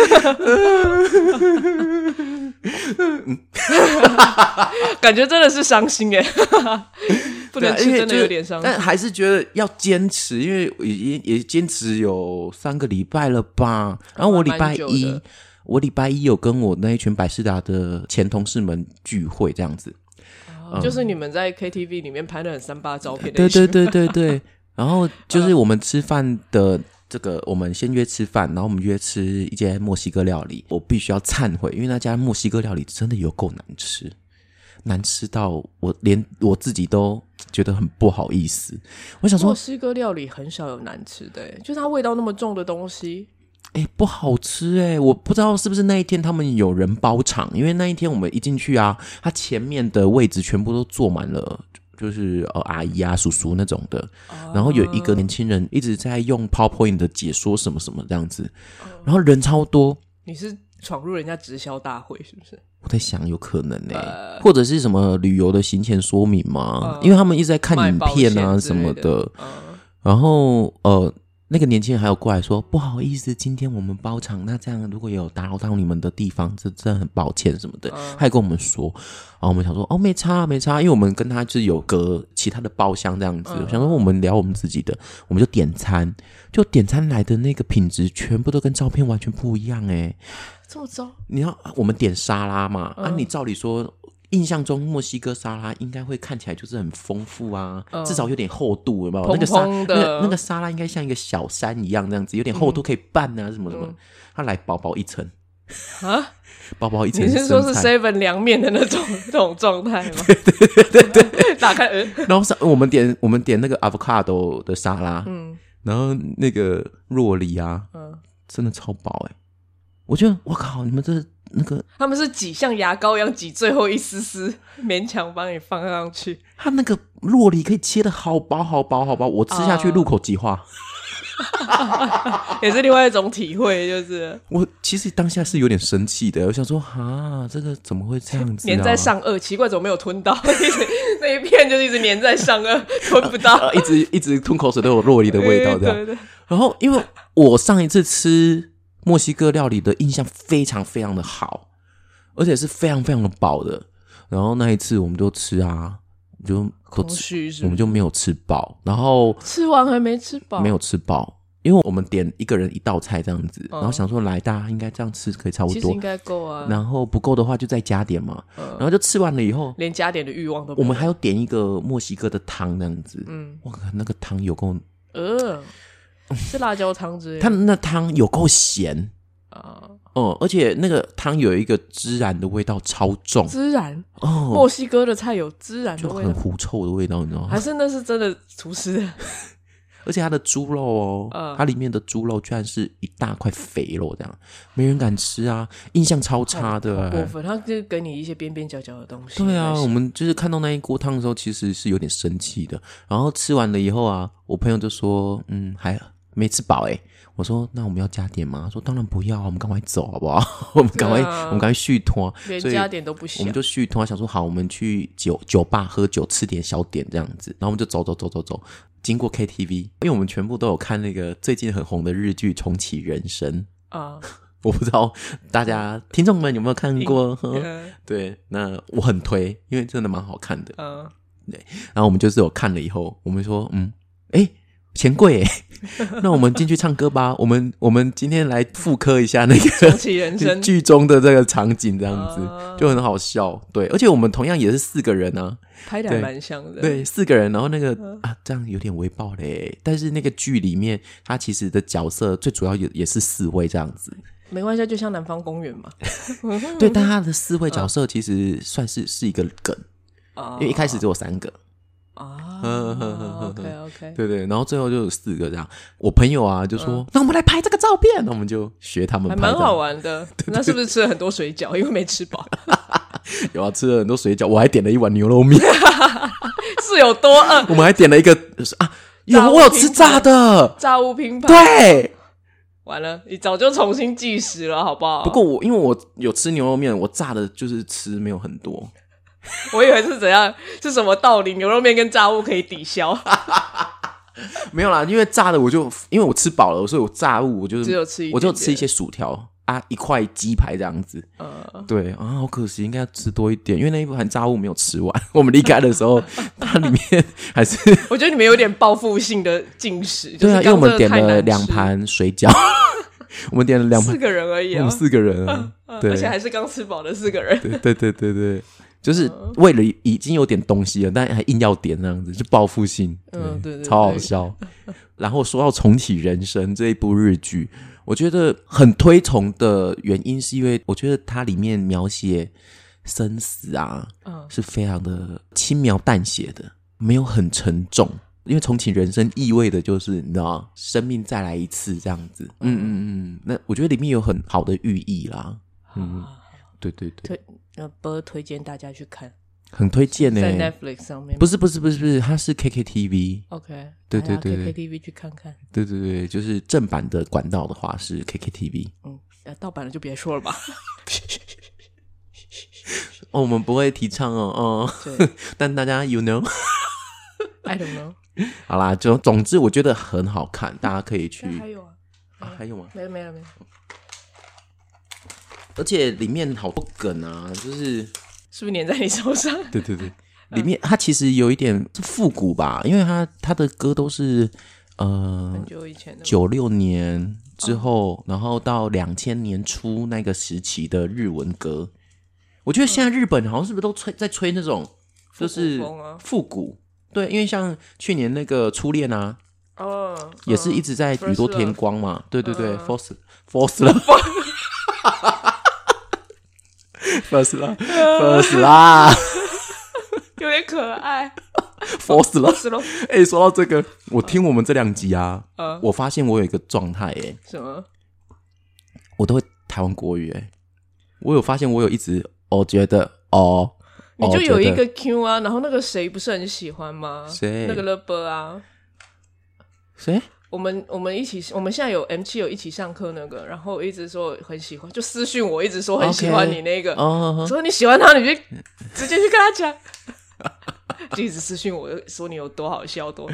S2: 感觉真的是伤心哎，不
S1: 啊
S2: 能吃真的有点伤心
S1: 但。还是觉得要坚持，因为也也坚持有三个礼拜了吧。然后我礼拜
S2: 蛮久
S1: 一
S2: 的，
S1: 我礼拜一有跟我那一群百事达的前同事们聚会这样子，嗯
S2: 就是你们在 KTV 里面拍的很三八照片
S1: 对
S2: 类型
S1: 对对对对。然后就是我们吃饭的这个，我们先约吃饭，然后我们约吃一间墨西哥料理。我必须要忏悔，因为那家墨西哥料理真的有够难吃，难吃到我连我自己都觉得很不好意思。我想说，
S2: 墨西哥料理很少有难吃的、欸，就是它味道那么重的东西，
S1: 哎、不好吃哎、我不知道是不是那一天他们有人包场，因为那一天我们一进去啊，他前面的位置全部都坐满了。就是呃阿姨啊叔叔那种的，
S2: 哦
S1: 然后有一个年轻人一直在用 PowerPoint 的解说什么什么这样子，
S2: 哦
S1: 然后人超多，
S2: 你是闯入人家直销大会是不是？
S1: 我在想有可能呢、欸
S2: 呃
S1: 或者是什么旅游的行前说明嘛，因为他们一直在看
S2: 卖
S1: 影
S2: 保
S1: 片啊
S2: 险之
S1: 什么
S2: 类的
S1: 的，
S2: 嗯，
S1: 然后呃，那个年轻人还有过来说，不好意思，今天我们包场，那这样如果有打扰到你们的地方，这真的很抱歉什么的，他还跟我们说，然后我们想说，哦，没差啊没差啊，因为我们跟他就是有隔其他的包厢这样子，我想说我们聊我们自己的，我们就点餐，就点餐来的那个品质全部都跟照片完全不一样诶、欸
S2: 这么糟，
S1: 你要我们点沙拉嘛？
S2: 嗯
S1: 啊，你照理说，印象中墨西哥沙拉应该会看起来就是很丰富啊，至少有点厚度，有没有？那个沙
S2: 嗯蓬
S1: 那
S2: 的
S1: 个那个沙拉应该像一个小山一样，这样子有点厚度可以拌啊，什么什么。
S2: 嗯
S1: 它来薄薄一层
S2: 啊，
S1: 薄薄一层
S2: 你
S1: 生
S2: 是
S1: 菜，
S2: 说是 seven 凉面的那种 那种状态吗？ 对对对对， 打开，呃
S1: 然后是我们点我们点那个 avocado 的沙拉，
S2: 嗯
S1: 然后那个若梨啊，
S2: 嗯，
S1: 真的超薄哎、我觉得我靠，你们这那个
S2: 他们是挤像牙膏一样挤最后一丝丝，勉强帮你放上去。
S1: 它那个洛梨可以切的好薄好薄好薄，我吃下去
S2: 啊
S1: 入口即化。啊
S2: 也是另外一种体会，就是
S1: 我其实当下是有点生气的，我想说啊，这个怎么会这样子、啊？
S2: 粘在上颚，奇怪怎么没有吞到， 一直那一片就一直粘在上颚， 吞不到
S1: 呃，一直一直吞口水都有洛梨的味道，这
S2: 对
S1: 样。
S2: 对对
S1: 然后因为我上一次吃墨西哥料理的印象非常非常的好，而且是非常非常的饱的。然后那一次我们就吃啊，我们就都
S2: 空
S1: 吃，
S2: 虚
S1: 我
S2: 是不
S1: 们
S2: 是
S1: 就没有吃饱，然后
S2: 吃完还没吃饱，
S1: 没有吃饱。因为我们点一个人一道菜这样子，
S2: 嗯
S1: 然后想说来大家应该这样吃可以差不
S2: 其实
S1: 多
S2: 应，该嗯够啊，
S1: 然后不够的话就再加点嘛。然后就吃完了以后，
S2: 连加点的欲望都没有
S1: 我们还要点一个墨西哥的汤这样子。
S2: 嗯
S1: 哇，那个汤有够，
S2: 呃是辣椒汤之类
S1: 它
S2: 的
S1: 那汤有够咸，
S2: 啊，
S1: 哦、而且那个汤有一个孜然的味道超重，
S2: 孜然
S1: 哦，
S2: 墨西哥的菜有孜然的
S1: 就
S2: 味
S1: 很
S2: 道，
S1: 狐臭的味道，你知道
S2: 还
S1: 吗？
S2: 是那是真的厨师的
S1: 而且它的猪肉哦，
S2: 嗯
S1: 它里面的猪肉居然是一大块肥肉，这样没人敢吃啊，印象超差的、
S2: 部
S1: 欸。
S2: 分，哦他就给你一些边边角角的东西。
S1: 对啊，
S2: 但是
S1: 我们就是看到那一锅汤的时候，其实是有点生气的。然后吃完了以后啊，我朋友就说：“嗯，还没吃饱哎、我说：“那我们要加点吗？”他说：“当然不要啊，我 们赶快走好不好？我们赶快，
S2: 对啊
S1: 我们赶快续拖。”
S2: 连
S1: 所以
S2: 加点都不
S1: 我
S2: 想
S1: 们，就续拖，想说好，我们去酒酒吧喝酒，吃点小点这样子。然后我们就走走走走走，经过 KTV，因为我们全部都有看那个最近很红的日剧《重启人生》。
S2: 啊，
S1: 我不知道大家听众们有没有看过？呵
S2: 嗯
S1: 对，那我很推，因为真的蛮好看的。
S2: 嗯，
S1: 然后我们就是有看了以后，我们说，嗯，哎，钱柜耶， 那我们进去唱歌吧。我们我们今天来复刻一下那
S2: 重
S1: 个
S2: 启人生
S1: 剧中的这个场景，这样子
S2: 啊
S1: 就很好笑。对，而且我们同样也是四个人啊，
S2: 拍的
S1: 对
S2: 蛮像的，
S1: 对，四个人，然后那
S2: 嗯
S1: 个啊，这样有点微爆嘞。但是那个剧里面，他其实的角色最主要也也是四位这样子。
S2: 没关系，就像南方公园嘛，嗯
S1: 对，但他的四位角色其实算是是一个梗，
S2: 啊
S1: 因为一开始只有三个。
S2: 啊
S1: 呵呵呵呵
S2: ，OK OK，
S1: 对对，然后最后就有四个这样。我朋友啊就说：“那我们来拍这个照片。”那我们就学他们
S2: 嗯还
S1: 拍，
S2: 蛮好。玩的。那是不是吃了很多水饺？因为没吃饱，
S1: 有啊，吃了很多水饺，我还点了一碗牛肉 面，
S2: 是有多饿？
S1: 我们还点了一个啊，有
S2: 炸物
S1: 我有吃炸 的，
S2: 炸物拼盘，
S1: 对。
S2: 完了，你早就重新计时了，好不好？
S1: 不过我因为我有吃牛肉面，我炸的就是吃没有很多，
S2: 我以为是怎样，是什么道理？牛肉面跟炸物可以抵 消，
S1: 没有啦，因为炸的我就因为我吃饱了，所以我炸物我就是
S2: 只有吃一点点
S1: 我就吃一些薯条啊，一块鸡排这样子。
S2: 呃，
S1: 对啊，好可惜，应该要吃多一点，因为那一盘炸物没有吃完。 我们离开的时候，它里面还是
S2: 我觉得你们有点报复性的进食，
S1: 对啊，因为我们点了
S2: 了
S1: 两，盘水饺， 我们点了两
S2: 四
S1: 盘，
S2: 个人而已
S1: 我
S2: 啊
S1: 们，四个人啊，
S2: 嗯
S1: 对
S2: 而且还是刚吃饱的四个人，
S1: 对对对对对，就是
S2: 嗯
S1: 为了已经有点东西了，但还硬要点那样子，就报复性，
S2: 嗯对对
S1: 超好
S2: 对
S1: 笑。然后说到重启人生这一部日剧，我觉得很推崇的原因是因为我觉得它里面描写生死啊，
S2: 嗯
S1: 是非常的轻描淡写的，没有很沉重。因为重启人生意味的就是你知道，生命再来一次这样子。嗯嗯嗯，那我觉得里面有很好的寓意啦。 嗯，
S2: 啊
S1: 对对对，
S2: 推呃不推荐大家去看，
S1: 很推荐欸呢、
S2: 在 Netflix 上面
S1: 不
S2: 是
S1: 是不是不是不是，它是 KKTV。
S2: OK，
S1: 对
S2: 大家
S1: 对对对
S2: 可以 KTV 去看看，
S1: 对对对，就是正版的管道的话是 KKTV。
S2: 嗯，呃盗版的就别说 了吧，
S1: 哦，我们不会提倡哦，哦，
S2: 对
S1: 但大家 you know，
S2: ，I don't
S1: 嗯
S2: know，
S1: 好啦，就总之我觉得很好看，大家可以去
S2: 那还有啊，
S1: 啊，嗯还有吗？
S2: 没了没了没了，
S1: 而且里面好多梗啊，就是
S2: 是不是粘在你手上？
S1: 对对对，里面它其实有一点是复古吧，因为它它的歌都是呃
S2: 很久以前的，
S1: 九六年之
S2: 哦
S1: 后，然后到两千年初那个时期的日文歌。我觉得现在日本好像是不是都吹在吹那种就是
S2: 复古风啊
S1: 复古？对，因为像去年那个初恋啊，
S2: 哦，
S1: 也是一直在宇多
S2: First Love
S1: 田光嘛，对对对
S2: 嗯
S1: ，First First Love。First love, first love,
S2: 有点可爱，
S1: first love。
S2: 是咯，
S1: 哎、说到这个，我听我们这两集啊，
S2: 呃，
S1: 我发现我有一个状态，哎，
S2: 什么？
S1: 我都会台湾国语，哎，我有发现我有一直，我觉得哦，
S2: 你就
S1: 哦
S2: 有一
S1: 觉
S2: 个 Q 啊，然后那个谁不是很喜欢吗？
S1: 谁
S2: 那个乐波啊，
S1: 谁
S2: 我们我们一起，我们现在有 M 七有一起上课那个，然后我一直说很喜欢，就私讯我一直说很喜欢
S1: OK
S2: 你那个
S1: 哦，
S2: 说你喜欢他，你就直接去跟他讲， 就一直私讯我说你有多好笑多，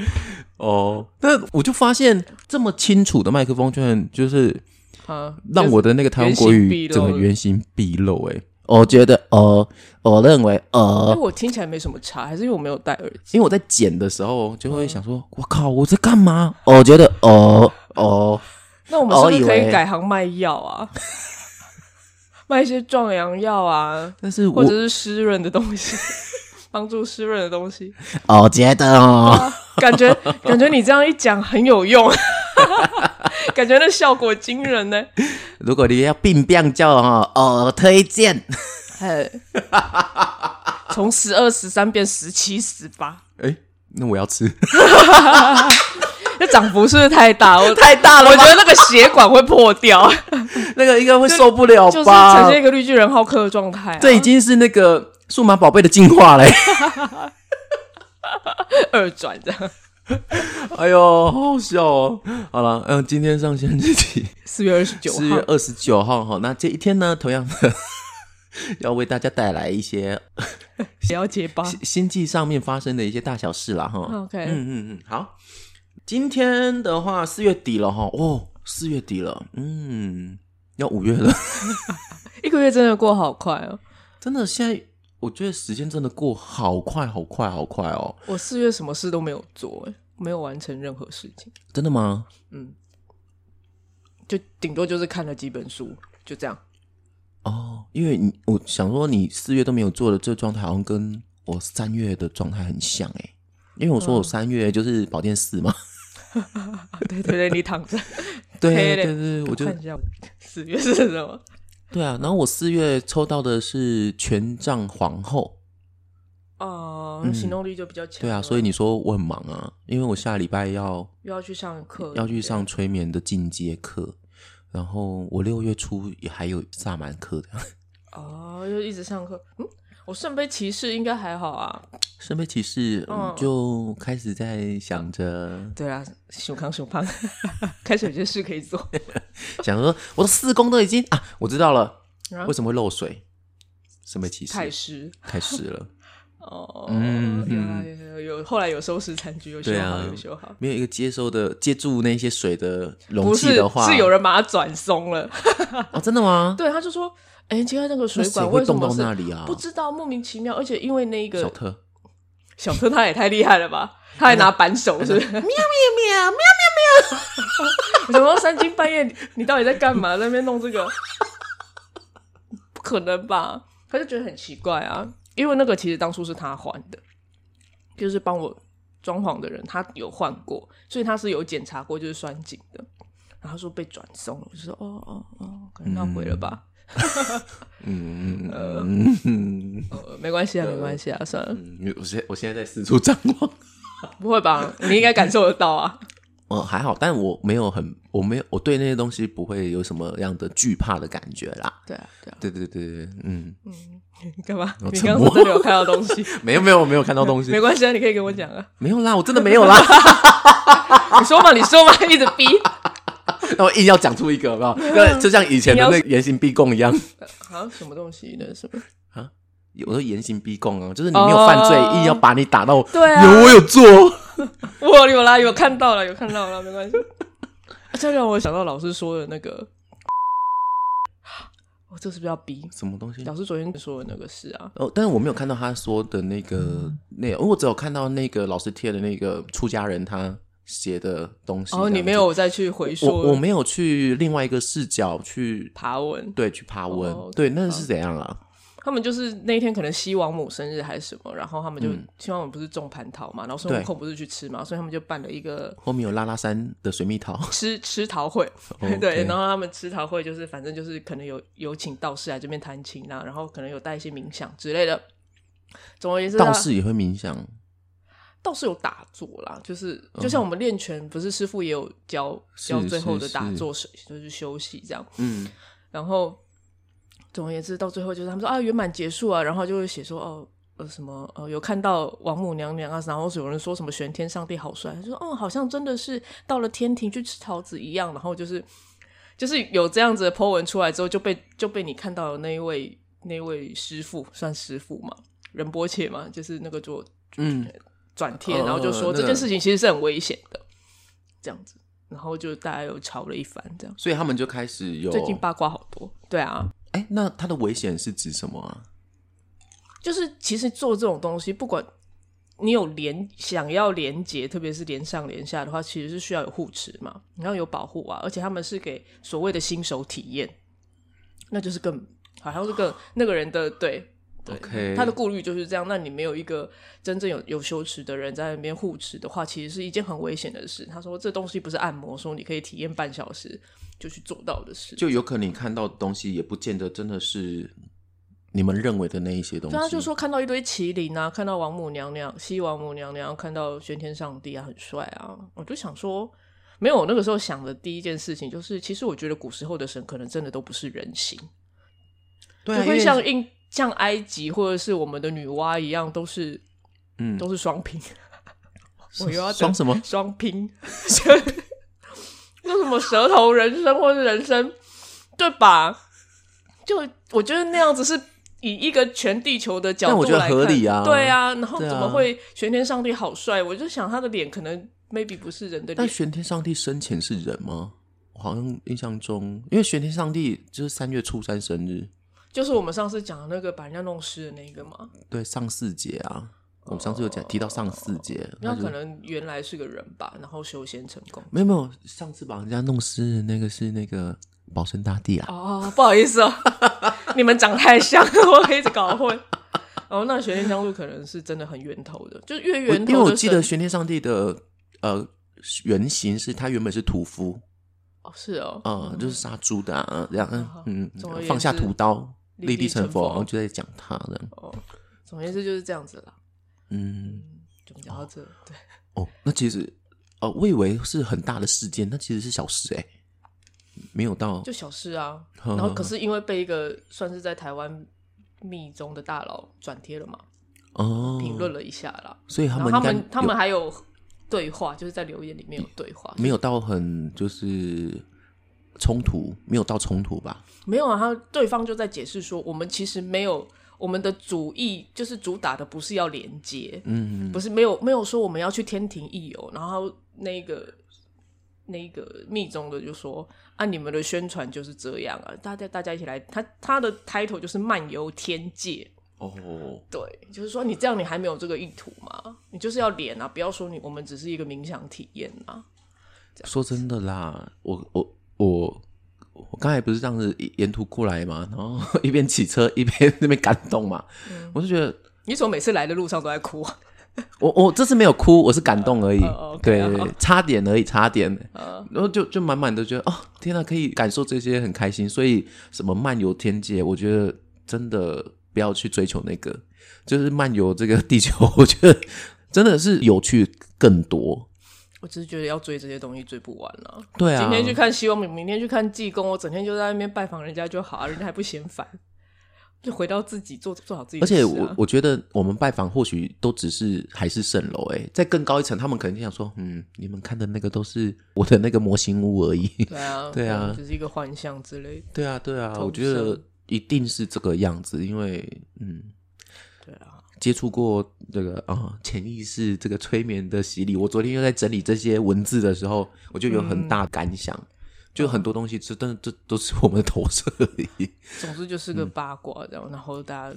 S1: 哦，那我就发现这么清楚的麦克风居然就是
S2: 啊，
S1: 让我的那个台湾国语
S2: 就是原形毕
S1: 整
S2: 露
S1: 个原形毕露，哎，我觉得哦，我认为
S2: 因为
S1: 哦，
S2: 我听起来没什么差，还是因为我没有戴耳 机。
S1: 因为我在剪的时候就会想说，我靠，我在干嘛？我觉得哦哦。
S2: 那我们是不
S1: 哦以
S2: 是可
S1: 为
S2: 以改行卖药
S1: 哦
S2: 啊？ 卖一些壮阳药啊，
S1: 但是
S2: 或
S1: 我
S2: 者是湿润的东西， 帮助湿润的东西。
S1: 我觉得哦，
S2: 感觉感觉你这样一讲很有用， 感觉那效果惊人呢。
S1: 如果你要病病叫哈，哦，推荐。
S2: 哎，从十二十三变十七十八，
S1: 哎、那我要吃。
S2: 那涨幅是不是太大？我
S1: 太大
S2: 我觉得那个血管会破掉，
S1: 那个应该会受不了
S2: 就是
S1: 吧？
S2: 呈现一个绿巨人浩克的状态、啊。
S1: 这已经是那个数码宝贝的进化 嘞。
S2: 二转这样。
S1: 哎呦，好好笑哦。好了，嗯，今天上线日期
S2: 四月二十九
S1: 四月
S2: 号，
S1: 二十九号哈，那这一天呢，同样的 要为大家带来一些
S2: 也要结巴。
S1: 星星际上面发生的一些大小事啦哈。
S2: OK，、
S1: 嗯嗯嗯，好。今天的话，四月底了哈，哦，四月底了，嗯，要五月 了。
S2: 一个月真的过好快哦。
S1: 真的，现在我觉得时间真的过好快，好快，好快哦！
S2: 我四月什么事都没有做、哎，没有完成任何事情，
S1: 真的吗？
S2: 就顶多就是看了几本书，就这样。
S1: 哦，因为你我想说，你四月都没有做的这状态，好像跟我三月的状态很像诶。因为我
S2: 嗯
S1: 说我三月就是保健室 嘛，
S2: 对对对，你躺着。
S1: 对
S2: 对
S1: 对对，我就
S2: 看 一下我四月是什么？
S1: 对啊。然后我四月抽到的是权杖皇后，
S2: 哦、
S1: 嗯
S2: 行动力就比较强
S1: 对
S2: 了。
S1: 啊，所以你说我很忙啊，因为我下礼拜要
S2: 又要去上课，
S1: 要去上催眠的进阶课，然后我六月初也还有萨满课的，
S2: 哦，又一直上课。嗯，我圣杯骑士应该还好啊。
S1: 圣杯骑士嗯
S2: 嗯
S1: 就开始在想着，
S2: 对啊，熊康熊胖， 开始有些事可以做。
S1: 想着说我的四宫都已经啊，我知道了，
S2: 啊
S1: 为什么会漏水？圣杯骑士
S2: 太湿
S1: 太湿了，
S2: 哦，
S1: 嗯
S2: 有啊有有有，后来有收拾残局，有修
S1: 对
S2: 好，
S1: 啊
S2: 有修好。
S1: 没有一个接收的接住那些水的容
S2: 不
S1: 器
S2: 是
S1: 的话，
S2: 是有人把它转松了，
S1: 哦，真的吗？
S2: 对，他就说，哎、今天那个水
S1: 那谁
S2: 管
S1: 会
S2: 为什
S1: 动
S2: 么
S1: 到
S2: 是
S1: 那里啊？
S2: 不知道莫名其妙，而且因为那个
S1: 小特，
S2: 小特他也太厉害了吧，他还拿扳手是不是？喵喵喵喵喵喵！ 我想说三更半夜你你到底在干嘛？在那边弄这个？不可能吧？他就觉得很奇怪啊。因为那个其实当初是他换的，就是帮我装潢的人，他有换过，所以他是有检查过，就是酸碱的。然后说被转送了，我就说哦哦哦，可能懊悔了吧。
S1: 嗯嗯嗯
S2: 呃，没关系啊，没关系啊，算了，
S1: 嗯，我现我现在在四处张 望。
S2: 不会吧？你应该感受得到啊。
S1: 呃，还好，但我没有很，我没有，我对那些东西不会有什么样的惧怕的感觉啦。
S2: 对啊，对啊，
S1: 对对对对，嗯，
S2: 你干嘛？
S1: 我
S2: 你
S1: 哦沉
S2: 刚刚
S1: 默
S2: 是真的有看到 东西？
S1: 没有没有，我没有看到东西
S2: 没，关系啊，你可以跟我讲啊。
S1: 没有啦，我真的没有啦。
S2: 你说嘛，你说嘛，一直逼。
S1: 那我硬要讲出一个，好不 好？就就像以前的那个严刑逼供一样。
S2: 好像什么东西呢？什么？
S1: 我说严刑逼供啊，就是你没有犯罪，
S2: 哦
S1: 硬要把你打到，
S2: 对啊
S1: 有我有做，
S2: 我有啦，有看到了，有看到了，没关系。啊这让我想到老师说的那个， 我这是不是要逼？
S1: 什么东西？
S2: 老师昨天说的那个事啊，
S1: 哦，但是我没有看到他说的那个内容，我只有看到那个老师贴的那个出家人他写的东西。
S2: 然
S1: 这
S2: 后哦你
S1: 样
S2: 没
S1: 子，
S2: 有再去回
S1: 我我
S2: 溯
S1: 没有去另外一个视角去
S2: 爬文，
S1: 对去爬文，
S2: 哦
S1: 对，那是怎样啊？
S2: 他们就是那一天可能西王母生日还是什么，然后他们就、西王母不是种蟠桃嘛，然后孙
S1: 嗯
S2: 悟
S1: 对
S2: 空不是去吃嘛，所以他们就办了一个
S1: 后面有拉拉山的水蜜 桃，
S2: 吃吃桃会，
S1: OK
S2: 对，然后他们吃桃会就是反正就是可能有有请道士来这边弹琴啊，然后可能有带一些冥想之类的。总而言之，
S1: 道
S2: 他
S1: 士也会冥想，
S2: 倒是有打坐啦，就是就像我们练拳，不是师傅也有教
S1: 嗯是
S2: 教最后的
S1: 是
S2: 打
S1: 是
S2: 坐，是就是休息这样。
S1: 嗯，
S2: 然后总而言之，到最后就是他们说啊圆满结束啊，然后就会写说哦呃什么呃有看到王母娘娘啊，然后有人说什么玄天上帝好帅，就说哦好像真的是到了天庭去吃桃子一样，然后就是就是有这样子的 po 文出来之后，就被就被你看到的那一位那一位师傅算师傅嘛，仁波切嘛，就是那个做
S1: 嗯
S2: 转贴，
S1: 哦
S2: 然后就说
S1: 那个
S2: 这件事情其实是很危险的，这样子，然后就大家又吵了一番，这样。
S1: 所以他们就开始有
S2: 最近八卦好多，对啊，
S1: 哎，那它的危险是指什么啊？
S2: 就是其实做这种东西，不管你有连想要连接，特别是连上连下的话，其实是需要有护持嘛，你要有保护啊，而且他们是给所谓的新手体验，那就是更好像是更那个人的对。对
S1: OK
S2: 他的顾虑就是这样。那你没有一个真正有有羞耻的人在那边护持的话，其实是一件很危险的事。他说这东西不是按摩，说你可以体验半小时就去做到的事。
S1: 就有可能你看到的东西也不见得真的是你们认为的那一些东西。
S2: 对啊，就说看到一堆麒麟啊，看到王母娘娘、西王母娘娘，看到玄天上帝啊，很帅啊。我就想说，没有，我那个时候想的第一件事情就是，其实我觉得古时候的神可能真的都不是人形，
S1: 对啊，
S2: 就
S1: 因
S2: 会
S1: 为
S2: 像印像埃及或者是我们的女娲一样，都是
S1: 嗯
S2: 都是双拼。我又要
S1: 双什 么？
S2: 双拼，那什么舌头人参或是人参，对吧？就我觉得那样子是以一个全地球的角
S1: 但
S2: 度
S1: 我
S2: 来
S1: 觉得
S2: 看，
S1: 合理啊
S2: 对啊，然后
S1: 对啊
S2: 怎么会玄天上帝好帅？我就想他的脸可能 maybe 不是人的
S1: 但
S2: 脸，
S1: 玄天上帝生前是人吗？我好像印象中，因为玄天上帝就是三月初三生日，
S2: 就是我们上次讲的那个把人家弄湿的那个嘛，
S1: 对上巳节啊。我们上次有讲提到上巳节，
S2: 哦那
S1: 他就
S2: 可能原来是个人吧，然后修仙成功。
S1: 没有没有，上次把人家弄湿的那个是那个保生大帝啊。
S2: 哦，不好意思哦，你们长太像，我一直搞混。哦，那玄天香路可能是真的很源头的，就是越
S1: 我
S2: 源
S1: 因
S2: 头
S1: 为我
S2: 的
S1: 记
S2: 神
S1: 得玄天上帝的呃原型是他原本是屠夫，
S2: 哦是哦，
S1: 呃，就是杀猪的啊，这样
S2: 好
S1: 嗯
S2: 总而
S1: 嗯，
S2: 言
S1: 放下
S2: 之
S1: 屠刀，
S2: 立
S1: 立
S2: 地
S1: 地成
S2: 成
S1: 佛，
S2: 佛
S1: 然后就在讲他这样。
S2: 哦，总而言之就是这样子啦。
S1: 嗯，
S2: 就讲到这，对，
S1: 哦，那其实呃，我以为是很大的事件，那其实是小事哎、没有到
S2: 就小事啊。
S1: 呵呵
S2: 然后可是因为被一个算是在台湾密宗的大佬转贴了嘛，
S1: 哦，
S2: 评论了一下啦。
S1: 所以他
S2: 然
S1: 们
S2: 后他
S1: 应该
S2: 们他
S1: 有
S2: 们还有对话，就是在留言里面有对话，
S1: 没有到很就是冲突，没有到冲突吧？
S2: 没有啊，他对方就在解释说，我们其实没有我们的主意，就是主打的不是要连接，
S1: 嗯，
S2: 不是没有没有说我们要去天庭一游。然后那个那个密宗的就说啊，你们的宣传就是这样啊，大家大家一起来，他他的 title 就是漫游天界。
S1: 哦，
S2: 对，就是说你这样，你还没有这个意图嘛？你就是要连啊，不要说你我们只是一个冥想体验啊。
S1: 说真的啦，我我我我刚才不是这样子沿途过来嘛，然后 一边骑车一边那边感动嘛，
S2: 嗯
S1: 我就觉得
S2: 你怎么每次来的路上都在哭啊？
S1: 我我这次没有哭，我是感动而已，
S2: 哦哦，OK，
S1: 对
S2: 好
S1: 对对，差点而已，差点，
S2: 呃，
S1: 然后就就满满的觉得哦，天呐，可以感受这些很开心，所以什么漫游天界，我觉得真的不要去追求那个，就是漫游这个地球，我觉得真的是有趣更多。
S2: 我只是觉得要追这些东西追不完了、
S1: 对啊，
S2: 今天去看西王母，明天去看济公，我整天就在那边拜访人家就好，人家还不嫌烦，就回到自己做做好自己
S1: 而
S2: 的事、啊。
S1: 且我我觉得我们拜访或许都只是海市蜃楼，哎，在更高一层，他们可能就想说，嗯，你们看的那个都是我的那个模型屋而已。
S2: 对啊，
S1: 对啊
S2: 嗯只是一个幻象之类的。
S1: 对啊，对啊，
S2: 投
S1: 我觉得
S2: 射
S1: 一定是这个样子，因为嗯，
S2: 对啊，
S1: 接触过这个啊潜意识这个催眠的洗礼。我昨天又在整理这些文字的时候，我就有很
S2: 嗯
S1: 大感想，就很多东西是真的，这都是我们的投射而已。
S2: 总之就是个八卦这样，然后大家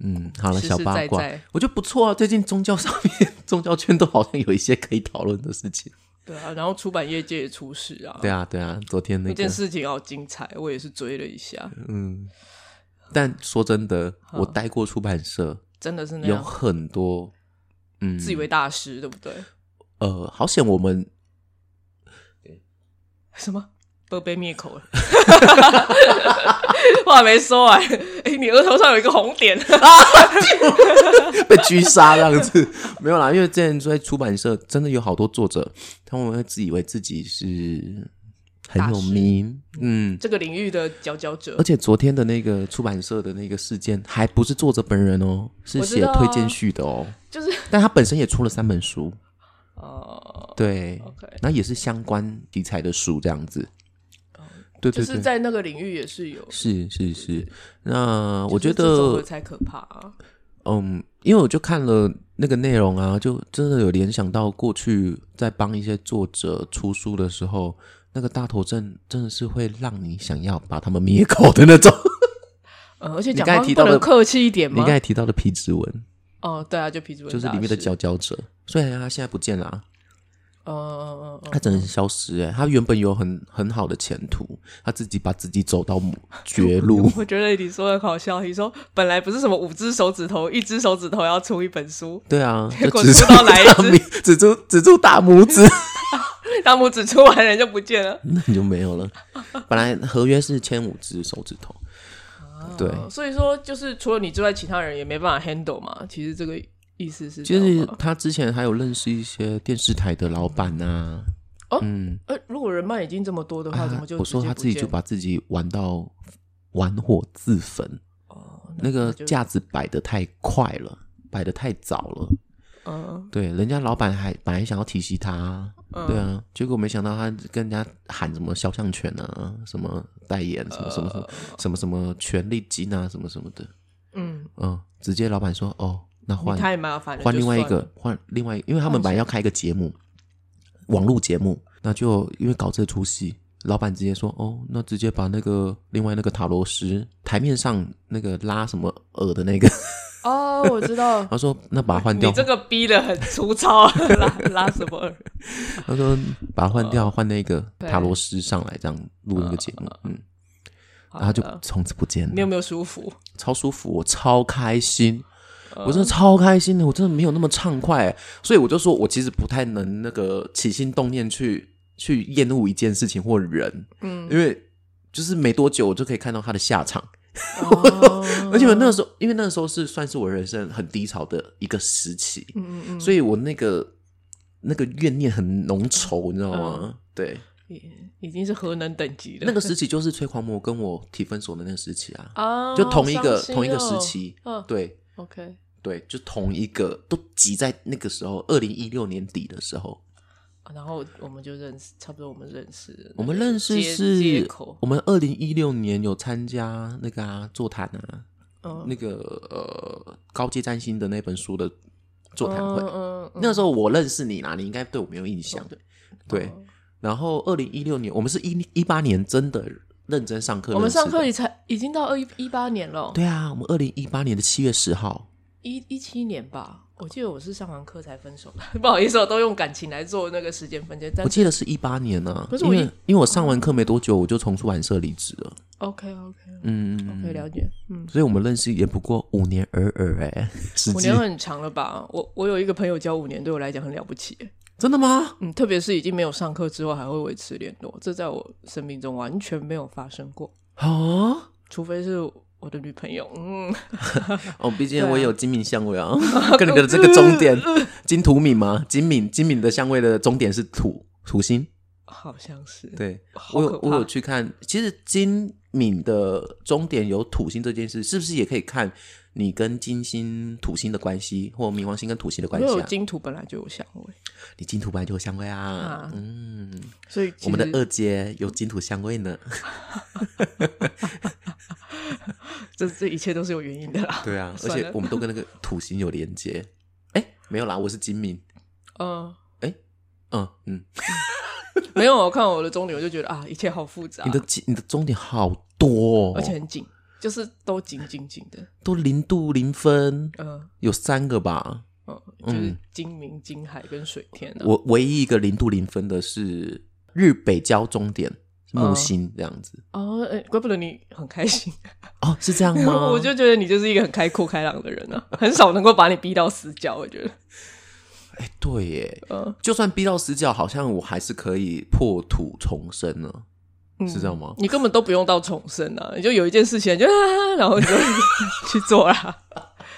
S1: 嗯，好了，
S2: 实实
S1: 小八卦
S2: 在在
S1: 我觉得不错啊。最近宗教上面， 宗教圈都好像有一些可以讨论的事情。
S2: 对啊，然后出版业界也出事啊，
S1: 对啊，对啊，昨天那
S2: 那
S1: 个
S2: 件，事情好精彩，我也是追了一下，
S1: 嗯，但说真的，
S2: 好
S1: 我待过出版社，
S2: 真的是那
S1: 有
S2: 样，
S1: 很多，嗯，
S2: 自以为大师对不对？
S1: 呃，好险我们
S2: 什么？都被灭口了， 话还没说完。哎、你额头上有一个红 点，
S1: 被狙杀这样子， 没有啦，因为之前在出版社，真的有好多作者，他们会自以为自己是很有名，嗯，
S2: 这个领域的佼佼者
S1: 而。且昨天的那个出版社的那个事件，还不是作者本人哦，是
S2: 我知
S1: 写
S2: 道啊
S1: 推荐序的哦，
S2: 就是
S1: 但他本身也出了三本书，
S2: 哦，
S1: 对
S2: OK
S1: 那也是相关题材的书这样子，对
S2: 就
S1: 对
S2: 是
S1: 对，
S2: 在那个领域也是有，
S1: 是是是，那我
S2: 就
S1: 觉
S2: 是这种的
S1: 得，
S2: 才可怕、啊。
S1: 嗯，因为我就看了那个内容啊，就真的有联想到过去在帮一些作者出书的时候，那个大头症真的是会让你想要把他们灭口的那种。
S2: 呃，而且
S1: 你
S2: 讲
S1: 刚才
S2: 话
S1: 提
S2: 不
S1: 到的
S2: 能客气一点
S1: 你
S2: 吗
S1: 刚？才提到的皮质文，
S2: 哦，对啊，就皮质文
S1: 就是里面的
S2: 大师
S1: 佼佼者，虽然他现在不见了、啊，
S2: 嗯嗯嗯
S1: 他整个人消失、欸，他原本有很很好的前途，他自己把自己走到绝路
S2: 嗯，。我 觉得你说的很好笑。你说本来不是什么五只手指头，一只手指头要出一本书，
S1: 对啊，
S2: 结
S1: 就
S2: 果
S1: 指
S2: 出
S1: 出
S2: 到哪一
S1: 大
S2: 只
S1: 拇指出指出大拇指。
S2: 大拇指出完人就不见了。
S1: 那 你就没有了。本来合约是签五只手指头，对，
S2: 哦所以说就是除了你之外，其他人也没办法 handle 嘛。其实这个意思是这
S1: 就
S2: 样
S1: 是
S2: 吗，
S1: 他之前还有认识一些电视台的老板啊呐、
S2: 哦
S1: 嗯，
S2: 呃，如果人脉已经这么多的话，怎么就
S1: 啊我说
S2: 直接
S1: 他
S2: 不
S1: 自己就
S2: 见
S1: 把自己玩到玩火自焚，
S2: 哦，
S1: 那个
S2: 就
S1: 架子摆的太快了，摆的太早了。
S2: 嗯
S1: 对，人家老板还本来想要提携他，
S2: 嗯
S1: 对啊，结果没想到他跟人家喊什么肖像权啊，什么代言，什么什么什么、
S2: 呃
S1: 什么什么权利金啊，什么什么的，
S2: 嗯，
S1: 嗯，直接老板说哦，那
S2: 你
S1: 换
S2: 太麻烦了，
S1: 换
S2: 就
S1: 另外一
S2: 算了
S1: 个，换另外一个，因为他们
S2: 换
S1: 本来要开一个节目，网络节目，那就因为搞这出戏，老板直接说哦，那直接把那个另外那个塔罗师台面上那个拉什么耳的那个，，
S2: 哦，我知道
S1: 他说那把它换
S2: 你
S1: 掉，
S2: 这个逼的很粗糙， 拉拉什么耳？
S1: 他说把它换掉，换那个
S2: 呃对呃
S1: 塔罗师上来这样录那个节目，嗯，
S2: 好
S1: 然后就
S2: 的
S1: 从此不见
S2: 你有
S1: 了，
S2: 没有舒服？
S1: 超舒服，我超开心。
S2: 嗯
S1: 我真的超开心的，我真的没有那么畅快欸，所以我就说我其实不太能那个起心动念去去厌恶一件事情或人，
S2: 嗯，
S1: 因为就是没多久我就可以看到他的下场，
S2: 哦
S1: 而且我那个时候，因为那个时候是算是我人生很低潮的一个时期，
S2: 嗯嗯嗯，
S1: 所以我那个那个怨念很浓稠，
S2: 嗯
S1: 你知道吗？对，
S2: 已已经是核能等级了。
S1: 那个时期就是崔狂魔跟我提分手的那个时期啊，
S2: 啊，
S1: 就同一个、
S2: 好伤心哦
S1: 同一个时期，
S2: 嗯
S1: 对。
S2: ，OK，
S1: 对，就同一个都挤在那个时候，二零一六年底的时候，
S2: 啊然后我们就认识，差不多我们认识的那个接，
S1: 我们认识
S2: 接
S1: 是
S2: 口，
S1: 我们二零一六年有参加那个啊座谈啊，
S2: 嗯
S1: 那个呃高阶占星的那本书的座谈会。
S2: 嗯嗯，
S1: 那时候我认识你啦，你应该对我没有印象。
S2: 哦对
S1: 对，然后二零一六年，我们是一一八年真的认真上课认识的，
S2: 我们上课也才已经到二一八年了，
S1: 对啊，我们二零一八年的七月十号
S2: 一一七年吧，我记得我是上完课才分手的， 不好意思，我都用感情来做那个时间分界。但
S1: 我记得是一八年呢、啊，
S2: 可是
S1: 因
S2: 我
S1: 为
S2: 已经
S1: 因为我上完课没多久，我就从出版社离职了。
S2: OK OK
S1: 嗯
S2: OK，了解。嗯，
S1: 所以我们认识也不过五年而已，哎，实
S2: 五
S1: 际
S2: 年很长了吧？我我有一个朋友教五年，对我来讲很了不起。
S1: 真的吗？
S2: 嗯，特别是已经没有上课之后还会维持联络，这在我生命中完全没有发生过，
S1: 啊，
S2: 除非是我的女朋友。嗯，
S1: 哦，毕竟
S2: 对啊
S1: 我也有金敏香味 啊， 跟你的这个终点，金土敏吗？金敏金敏的香味的终点是土土星。
S2: 好像是。
S1: 对，
S2: 好
S1: 我
S2: 可
S1: 有
S2: 怕
S1: 我有去看，其实金敏的终点有土星这件事，是不是也可以看你跟金星、土星的关系，或冥王星跟土星的
S2: 因
S1: 关
S2: 为
S1: 系
S2: 我
S1: 啊？
S2: 金土本来就有香味，
S1: 你金土本来就有香味啊，
S2: 啊
S1: 嗯，
S2: 所以其
S1: 我们的
S2: 实
S1: 二阶有金土香味呢。
S2: 这这一切都是有原因的啦。
S1: 对啊，而
S2: 算
S1: 且
S2: 了
S1: 我们都跟那个土星有连接。哎，没有啦，我是金敏。
S2: 嗯，
S1: 嗯嗯，
S2: 没有，我看我的终点我就觉得啊，一切好复杂，
S1: 你的金你的终点好多、哦，
S2: 而且很紧，就是都紧紧紧的。
S1: 都零度零分，
S2: 嗯
S1: 有三个吧。
S2: 嗯，就是
S1: 嗯
S2: 金明、金海跟水天啊。
S1: 我唯一一个零度零分的是日北交终点
S2: 嗯
S1: 木星这样子。
S2: 哦，哎怪不得你很开心，
S1: 哦，是这样吗？
S2: 我就觉得你就是一个很开阔开朗的人啊，很少能够把你逼到死角，我觉得。
S1: 哎，对耶，
S2: 嗯，
S1: 就算逼到死角，好像我还是可以破土重生呢，
S2: 嗯
S1: 是这样吗？
S2: 你根本都不用到重生啊，你就有一件事情你就啊，然后你就 去做啦。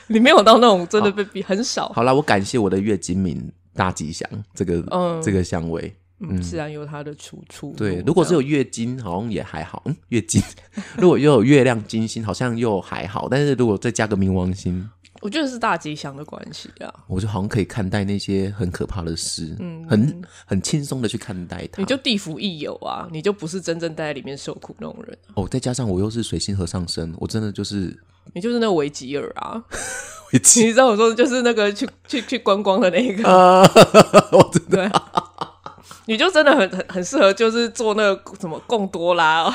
S2: 你没有到那种真的被逼，很少。
S1: 好啦，我感谢我的月精明大吉祥这个、
S2: 嗯
S1: 这个香味。
S2: 嗯，自然有它的出处。
S1: 对，如果是有月经，好像也还好。嗯，月经， 如果又有月亮、金星，好像又还好。但是如果再加个冥王星，
S2: 我觉得是大吉祥的关系啊，
S1: 我就好像可以看待那些很可怕的事，很很轻松的去看待它。
S2: 嗯你就地府一游啊，你就不是真正待在里面受苦那种人，啊
S1: 哦，再加上我又是水星和上升，我真的就是
S2: 你就是那维吉尔啊，
S1: 会
S2: 你知道我说的就是那个去去去观光的那个，
S1: 啊， 我真的
S2: 对，你就真的很很很适合，就是做那个什么贡多拉、哦，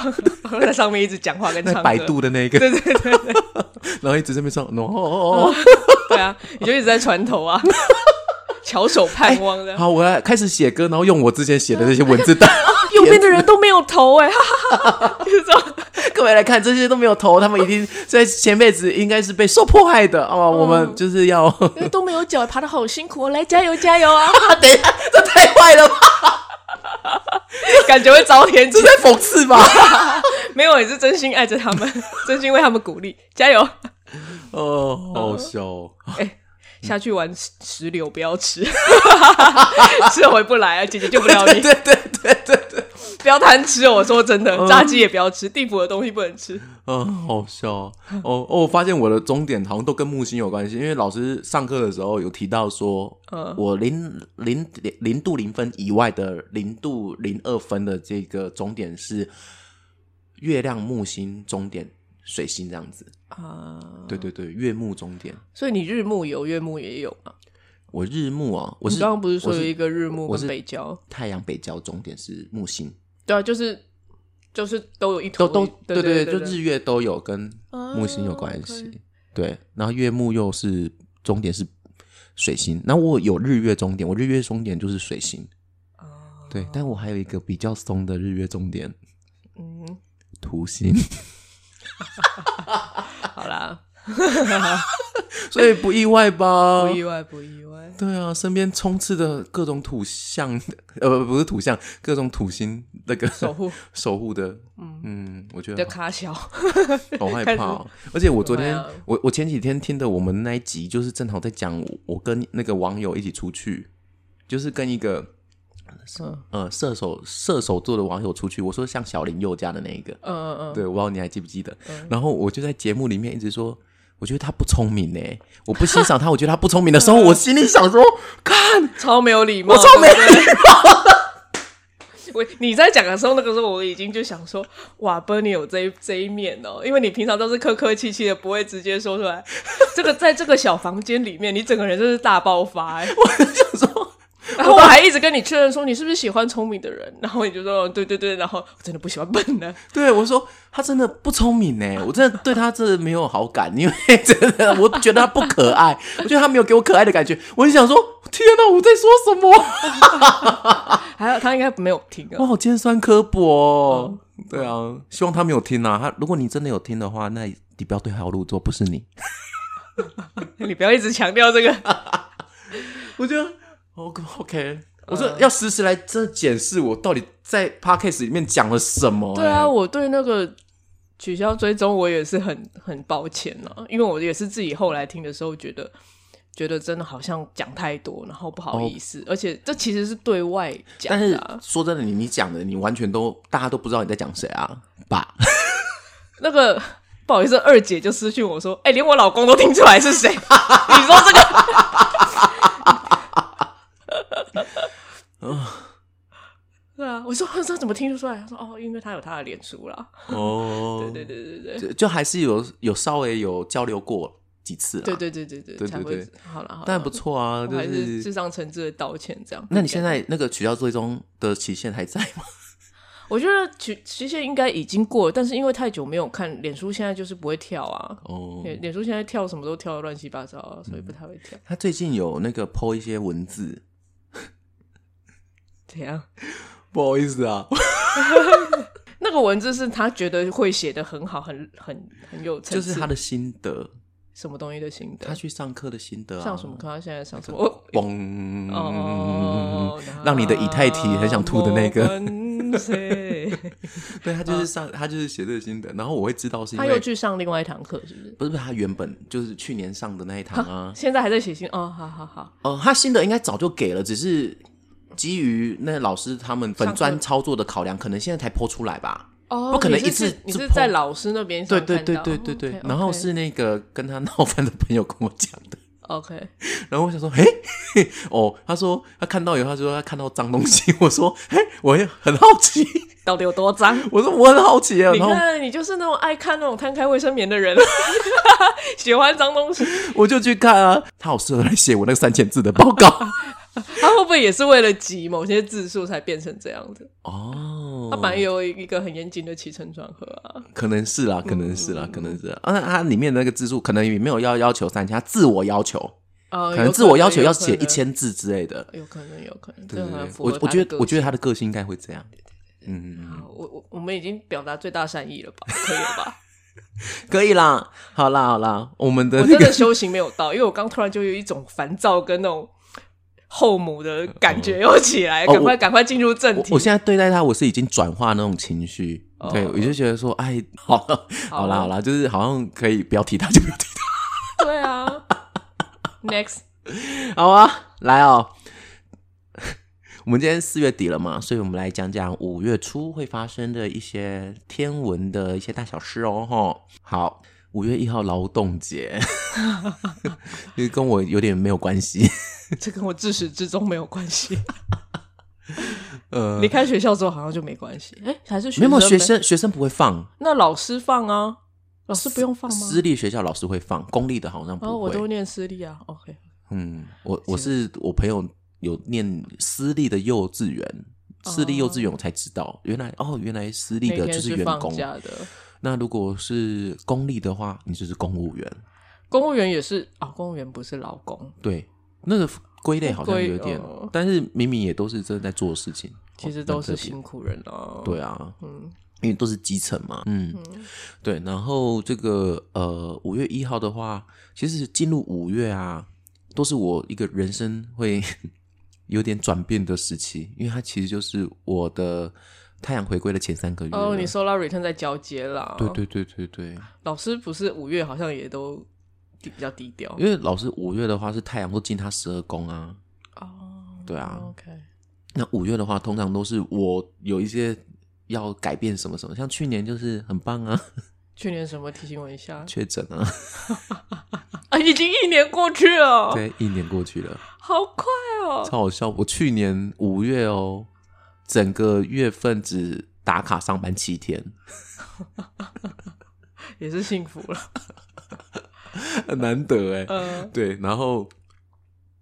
S2: 在上面一直讲话跟唱
S1: 在
S2: 歌，
S1: 百度的那一个，
S2: 对对对对
S1: 然后一直这边说，哦哦
S2: 对啊，你就一直在船头啊， 翘首盼望的
S1: 哦，。好，我要开始写歌，然后用我之前写的那些文字 档，
S2: 右边的人都没有头哎、哈哈 哈，就是这种
S1: 各位来看，这些都没有投，他们一定在前辈子应该是被受迫害的
S2: 嗯
S1: 哦。我们就是要，
S2: 因为都没有脚，爬的好辛苦、哦，来加油加油啊！
S1: 等一下，这太坏了吧？
S2: 感觉会遭天
S1: 这
S2: 谴。
S1: 在讽刺吧？
S2: 没有，也是真心爱着他们， 真心为他们鼓励，加油！
S1: 哦，好笑哦。
S2: 下去玩石石榴，不要吃， 吃了回不来啊，姐姐救不了 你。
S1: 对对对对对，
S2: 不要贪吃哦，我说真的，炸鸡也不要吃，地府的东西不能吃。
S1: 嗯，好笑哦。哦哦，我发现我的终点好像都跟木星有关系，因为老师上课的时候有提到说，
S2: 嗯
S1: 我零零零度零分以外的零度零二分的这个终点是月亮、木星终点、水星这样子。
S2: 啊，
S1: 对对对，月木终点。
S2: 所以你日暮有，月暮也有嘛？
S1: 我日暮啊，我
S2: 你
S1: 是
S2: 刚刚不是说
S1: 我
S2: 有一个日暮
S1: 我是
S2: 跟北郊？
S1: 太阳北交终点是木星，
S2: 对啊，就是就是都有一头
S1: 都都
S2: 对
S1: 对
S2: 对
S1: 就日月都有跟
S2: 啊
S1: 木星有关系。
S2: OK
S1: 对，然后月木又是终点是水星，然后我有日月终点，我日月终点就是水星。
S2: 啊
S1: 对，但我还有一个比较松的日月终点，
S2: 嗯，
S1: 土星，
S2: 好啦，
S1: 所以不意外吧？
S2: 不意外，不意外。
S1: 对啊，身边充斥着各种土象，呃，不不是土象，各种土星那个
S2: 守护
S1: 守护的，嗯我觉
S2: 你的
S1: 得
S2: 卡小，
S1: 好害
S2: 开始
S1: 怕
S2: 啊
S1: 哦、而且我昨天
S2: 怎么样，
S1: 我我前几天听的我们那一集，就是正好在讲我我跟那个网友一起出去，就是跟一个
S2: 嗯
S1: 呃射手射手座的网友出去，我说像小林宥嘉的那一个，
S2: 嗯嗯
S1: 对，我不知道你还记不记得。然后我就在节目里面一直说，我觉得他不聪明呢，我不欣赏他，我觉得他不聪明的时候，我心里想说，看
S2: 嗯，超没有礼貌，
S1: 我超没
S2: 对不对
S1: 礼
S2: 我你在讲的时候，那个时候我已经就想说，哇，Bernie 有这一这一面哦，因为你平常都是客客气气的，不会直接说出 来。这个在这个小房间里面，你整个人就是大爆发、哎，
S1: 貌，我就想说。
S2: 然后我还一直跟你确认说你是不是喜欢聪明的人，然后你就说哦对对对，然后我真的不喜欢笨的，
S1: 对我说他真的不聪明呢，我真的对他真的没有好感，因为 真的我觉得他不可爱，我觉得他没有给我可爱的感觉，我就想说天哪、我在说什么？哦
S2: 还有他应该没有听
S1: 我
S2: 啊，
S1: 好尖酸刻薄、哦。对啊，希望他没有听啊。他如果你真的有听的话，那你不要对号入座，不是你。
S2: 你不要一直强调这个，
S1: 我觉得 OK 哦 OK，我说要时时来真的检视我到底在 podcast 里面讲了什么、
S2: 对啊，
S1: 哎，
S2: 我对那个取消追踪我也是很 很抱歉啊，因为我也是自己后来听的时候觉得。觉得真的好像讲太多，然后不好意思，而且这其实是对外讲
S1: 哦但
S2: 的
S1: 是
S2: 啊、
S1: 说真的，你你讲的，你完全都大家都不知道你在讲谁啊，吧？
S2: 那个不好意思，二姐就私讯我说：“哎、连我老公都听出来是谁。” 你说 这个，
S1: 哦
S2: 对啊，我说 这怎么听得出来？他说：“哦，因为他有他的脸书啦。
S1: 哦，
S2: 对对对对对
S1: 就就还是有有稍微有交流过几次啊，
S2: 对对对对对
S1: 对
S2: 对，才
S1: 对
S2: 会
S1: 对
S2: 好了好了，
S1: 但不错啊，
S2: 我
S1: 就
S2: 还是智
S1: 是。
S2: 商诚挚的道歉这样。
S1: 那你现在那个取消最终的期限还在吗？
S2: 我觉得期期限应该已经过了，但是因为太久没有看脸书，现在就是不会跳啊。
S1: 哦，嗯
S2: 脸脸书现在跳什么都跳的乱七八糟啊，所以不太会跳。
S1: 他最近有那个 PO 一些文字，
S2: 怎样？
S1: 不好意思啊，
S2: 那个文字是他觉得会写的很好，很很很有层
S1: 就
S2: 次，
S1: 是他的心得，
S2: 什么东西的心得
S1: 他。去上课的心得啊，嗯
S2: 上什么课？他现在上什么？哦
S1: 嘣，
S2: 哦，
S1: 嗯让你的以太体很想吐的那个。
S2: 个。
S1: 对他就是上，他就是写这个心得，然后我会知道是因
S2: 啊他又
S1: 为
S2: 去上另外一堂课，是不是？
S1: 不是不是他原本就是去年上的那一堂 啊，
S2: 现在还在写信哦，好好好，
S1: 哦，他心得应该早就给了，只是基于那老师他们本专
S2: 上课
S1: 操作的考量，可能现在才剖出来吧。
S2: 哦，
S1: 不可能
S2: 你是
S1: 一次
S2: 你
S1: 就是碰
S2: 在老师那边
S1: 对
S2: 上
S1: 对
S2: 看
S1: 对
S2: 到
S1: 对对对，
S2: ，OK，OK
S1: 然后是那个跟他闹翻的朋友跟我讲的，
S2: OK，
S1: 然后我想说，嘿， 嘿哦，他说他看到以后，他说他看到脏东西， 我说，嘿，我也很好奇，
S2: 到底有多脏？
S1: 我说我很好奇啊，
S2: 你
S1: 然后
S2: 看，你就是那种爱看那种摊开卫生棉的人， 喜欢脏东西。
S1: 我就去看啊，他好适合来写我那个三千字的报 告
S2: 他会不会也是为了挤某些字数才变成这样子？
S1: 哦
S2: 他，本来有一个很严谨的起承转合啊。
S1: 可能是啦，可能是啦，可能是啦，啊，它里面的那个字数可能也没有要要求三千，它自我要求。
S2: 呃，
S1: 可能
S2: 有
S1: 自我要求要写
S2: 有可能
S1: 一千字之类的。
S2: 有可能，有可能，
S1: 对
S2: 这
S1: 对
S2: 很
S1: 对，
S2: 符合
S1: 我我觉得我觉
S2: 得
S1: 得他的个性应该会这样。嗯，
S2: 啊我我我们已经表达最大善意了吧？可以了吧？
S1: 可以啦，好啦好啦，我们的
S2: 我
S1: 那
S2: 真
S1: 个
S2: 的修行没有到，因为我刚突然就有一种烦躁跟那种后母的感觉又起来，
S1: 哦
S2: 赶快
S1: 我
S2: 赶快进入 正
S1: 我
S2: 题
S1: 我。现在对待他，我是已经转化那种情绪，
S2: 哦
S1: 对我就觉得说，哎，好了好啦好啦，就是好像可以不要提他就不要提
S2: 对啊，next，
S1: 他， 好啊，来哦。 我们今天四月底了嘛，所以我们来讲讲五月初会发生的一些天文的一些大小事哦，吼。好，五月一号劳动 节，因为跟我有点没有关系。
S2: 这跟我自始至终没有关系。
S1: 呃
S2: 离，开学校之后好像就没关系，哎，还是
S1: 嗯没有没有学
S2: 呗
S1: 生学生不会放，
S2: 那老师放啊，老师不用放吗？
S1: 私立学校老师会放，公立的好像
S2: 哦，
S1: 不
S2: 我
S1: 会。
S2: 都念私立啊。OK，
S1: 嗯，我我是我朋友有念私立的幼稚园，私
S2: 哦
S1: 立幼稚园我才知道，原来哦原来私立
S2: 那
S1: 的
S2: 天
S1: 就是
S2: 是
S1: 员
S2: 放
S1: 工，
S2: 假的。
S1: 那如果是公立的话，你就是公务员。
S2: 公务员也是啊、公务员不是劳工，
S1: 对，那个归类好像
S2: 归
S1: 有点
S2: 哦，
S1: 但是明明也都是真的在做事情，
S2: 其实
S1: 哦
S2: 都
S1: 蛮特
S2: 是
S1: 别
S2: 辛苦人啊。
S1: 对啊，
S2: 嗯，
S1: 因为都是基层嘛，嗯，对。然后这个呃，五月一号的话，其实进入五月啊，都是我一个人生会 有点转变的时期，因为它其实就是我的太阳回归的前三个月了。
S2: 哦，你哦 solar return 在交接啦。
S1: 对，对对对对，
S2: 老师不是五月好像也都比较低调
S1: 因为老师五月的话是太阳都进他十二宫啊，
S2: 哦。
S1: 对啊
S2: OK，
S1: 那五月的话，通常都是我有一些要改变什么什么，像去年就是很棒啊，
S2: 去年什么提醒我一下
S1: 确诊啊，
S2: 啊？已经一年过去了，
S1: 对，一年过去了。
S2: 好快哦。
S1: 超好笑！我去年五月哦，整个月份只打卡上班七天，
S2: 也 是幸福了。
S1: 很难得哎。
S2: 嗯、
S1: 对，然后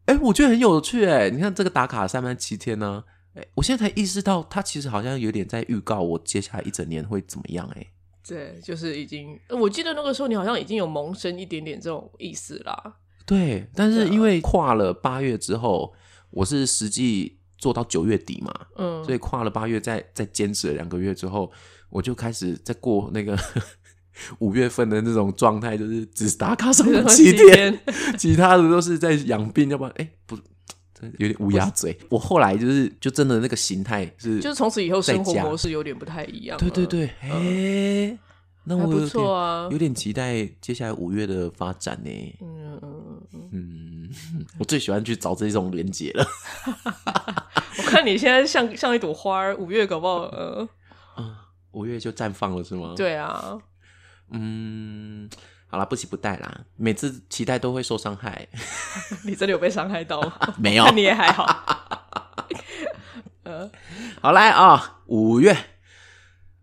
S1: 哎、我觉得很有趣哎、你看这个打卡三班七天呢、哎、我现在才意识到，他其实好像有点在预告我接下来一整年会怎么样哎、
S2: 对，就是已经，呃我记得那个时候你好像已经有萌生一点点这种意思啦。
S1: 对，但是
S2: 对啊
S1: 因为跨了八月之后，我是实际做到九月底嘛，
S2: 嗯，
S1: 所以跨了八月再，再坚持了两个月之后，我就开始在过那个 五月份的那种状态，就是只打卡上
S2: 然
S1: 了
S2: 后
S1: 七
S2: 今
S1: 天，
S2: 天
S1: 其他的都是在养病，要不然哎、不，真的有点乌鸦嘴。我后来就是就真的那个形态是，
S2: 就是从此以后
S1: 在
S2: 生活
S1: 家
S2: 模式有点不太一样。
S1: 对对，对，哎、那
S2: 嗯
S1: 我
S2: 还不
S1: 有点、
S2: 错啊
S1: 有点期待接下来五月的发展呢、
S2: 嗯嗯嗯嗯，
S1: 嗯， 我最喜欢去找这种连接了。
S2: 我看你现在像像一朵花儿，五月搞不好呃，
S1: 啊，五月就绽放了是吗？，
S2: 对啊，
S1: 嗯，好啦，不期不待啦，每次期待都会受伤害，
S2: 你真的有被伤害到吗？
S1: 没 有
S2: 看 你也还好，
S1: 好来啊，五月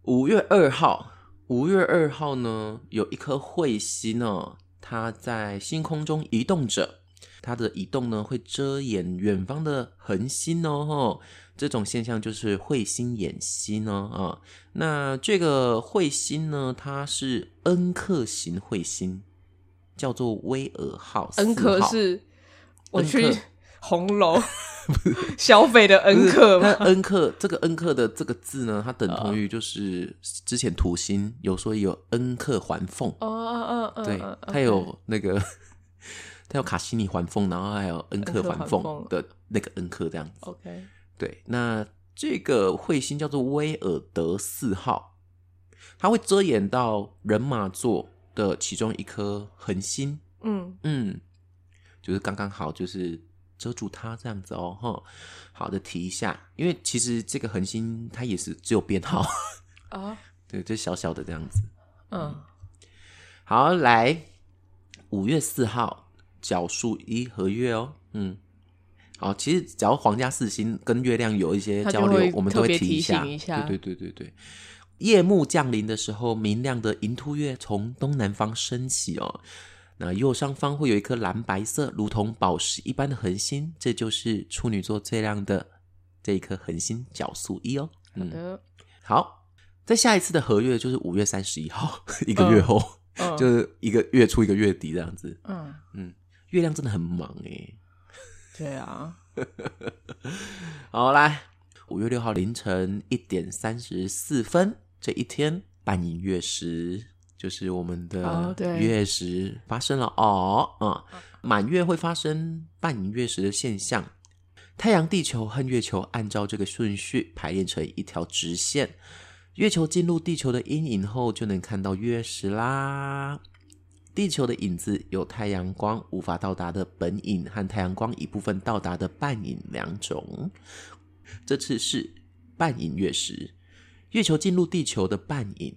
S1: 五月二号，五月二号呢，有一颗彗星呢，它在星空中移动着。它的移动呢，会遮掩远方的恒星哦，吼这种现象就是彗星掩星哦，啊、那这个彗星呢，它是恩克型彗星，叫做威尔号四号。
S2: 恩可是我去
S1: 恩可
S2: 红楼消费的恩可
S1: 那
S2: 吗？啊
S1: 恩克这个恩克的这个字呢，它等同于就是之前土星有说有恩克环凤，
S2: 哦哦哦，
S1: 对
S2: 嗯，
S1: 它有那个它有卡西尼环凤，然后还有恩克
S2: 恩克
S1: 环
S2: 环
S1: 凤
S2: 凤
S1: 的那个恩克这样子。
S2: OK，
S1: 对，那这个彗星叫做威尔德四号，它会遮掩到人马座的其中一颗恒星。
S2: 嗯，
S1: 嗯，就是刚刚好，就是遮住它这样子哦，哈。好的，提一下，因为其实这个恒星它也是只有编号，
S2: 啊，
S1: 对，就小小的这样子。
S2: 嗯，
S1: 好，来，五月四号，角数一合月哦，嗯。好，其实只要皇家四星跟月亮有一些
S2: 它就
S1: 交流
S2: 会，
S1: 我们
S2: 特
S1: 都会
S2: 别
S1: 提
S2: 提
S1: 下。
S2: 醒一下
S1: 对对对对对。夜幕降临的时候，明亮的银兔月从东南方升起哦。那右上方会有一颗蓝白色，如同宝石一般的恒星，这就是处女座最亮的这一颗恒星角宿一哦。
S2: 好
S1: 嗯，
S2: 的，
S1: 好，在下一次的合月就是五月三十一号， 一个月后。
S2: 嗯
S1: 就是一个月初一个月底这样子。
S2: 嗯，
S1: 月亮真的很忙欸诶、
S2: 对啊，
S1: 好，来，五月六号凌晨一点三十四分这一天，半影月食，就是我们的
S2: 哦对
S1: 月食发生了哦，啊、满月会发生半影月食的现象。太阳、地球和月球按照这个顺序排列成一条直线。月球进入地球的阴影后，就能看到月食啦。地球的影子有太阳光无法到达的本影和太阳光一部分到达的半影两种。这次是半影月食，月球进入地球的半影。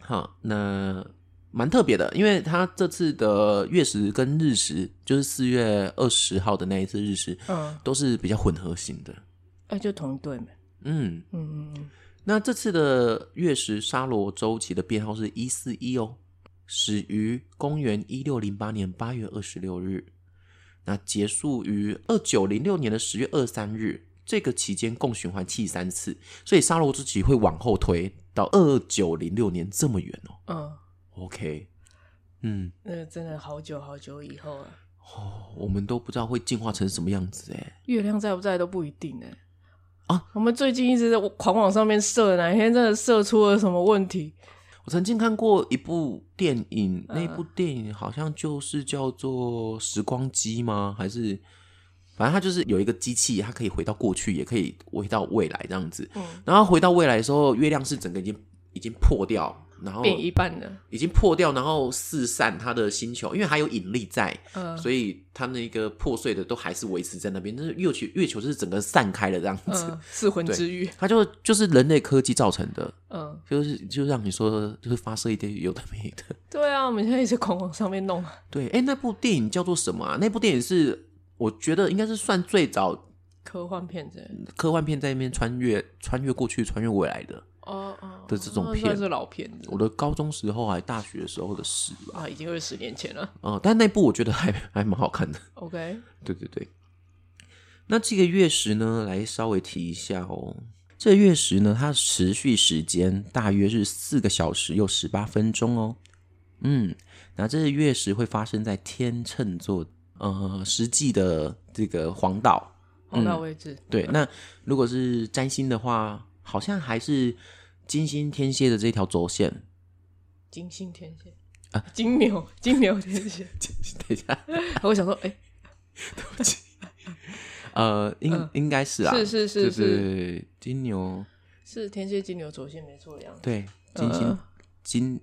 S1: 好，那蛮特别的，因为它这次的月食跟日食，就是四月二十号的那一次日食，
S2: 嗯，
S1: 都是比较混合型的。
S2: 哎，就同一对嘛，
S1: 嗯，
S2: 嗯嗯嗯，
S1: 那这次的月食沙罗周期的编号是一四一哦，始于公元一六零八年八月二十六日，那结束于二九零六年的十月二三日。这个期间共循环七十三次，所以沙罗周期会往后推到二九零六年这么远哦。
S2: 嗯，
S1: OK，嗯，
S2: 那真的好久好久以后啊，
S1: 哦，我们都不知道会进化成什么样子哎。
S2: 月亮在不在都不一定哎、
S1: 啊，
S2: 我们最近一直在狂往上面射，哪天真的射出了什么问题？
S1: 我曾经看过一部电影，
S2: 嗯
S1: 那部电影好像就是叫做《时光机》吗？还是反正它就是有一个机器，它可以回到过去，也可以回到未来这样子。
S2: 嗯，
S1: 然后回到未来的时候，月亮是整个已经已经破掉，然后
S2: 变一半了。
S1: 已经破掉，然后四散它的星球，因为还有引力在，
S2: 嗯，
S1: 所以它那个破碎的都还是维持在那边。但是月球月球是整个散开了这样子，
S2: 嗯，四魂之玉，
S1: 它就就是人类科技造成的。
S2: 嗯，
S1: 就是就让你说，就是发射一堆有的没的。
S2: 对啊，我们现在一直狂往上面弄，
S1: 对，哎、那部电影叫做什么啊？那部电影是我觉得应该是算最早
S2: 科幻片子。
S1: 科幻片在那边穿越、穿越过去、穿越未来的。
S2: 哦哦，
S1: 的这种
S2: 那
S1: 片
S2: 算，是老片子
S1: 我的高中时候还大学时候的事吧。
S2: 啊，已经二十年前了。
S1: 嗯，但那部我觉得还 还蛮好看的。
S2: OK，
S1: 对对对。那这个月食呢，来稍微提一下哦。这个月食呢，它持续时间大约是四个小时又十八分钟哦。嗯，那这个月食会发生在天秤座，呃，实际的这个黄岛。
S2: 红到为止。
S1: 对，那如果是占星的话，好像还是金星天蝎的这条轴线。
S2: 金星天蝎
S1: 啊，
S2: 金牛，金牛天蝎。
S1: 等一下，
S2: 我想说，哎、
S1: 呃，应、
S2: 嗯
S1: 应该 是啊，
S2: 是是是
S1: 对
S2: 是
S1: 对对对金牛
S2: 是天蝎、金牛、左线没错的样子。
S1: 对，金星、
S2: 呃
S1: 金，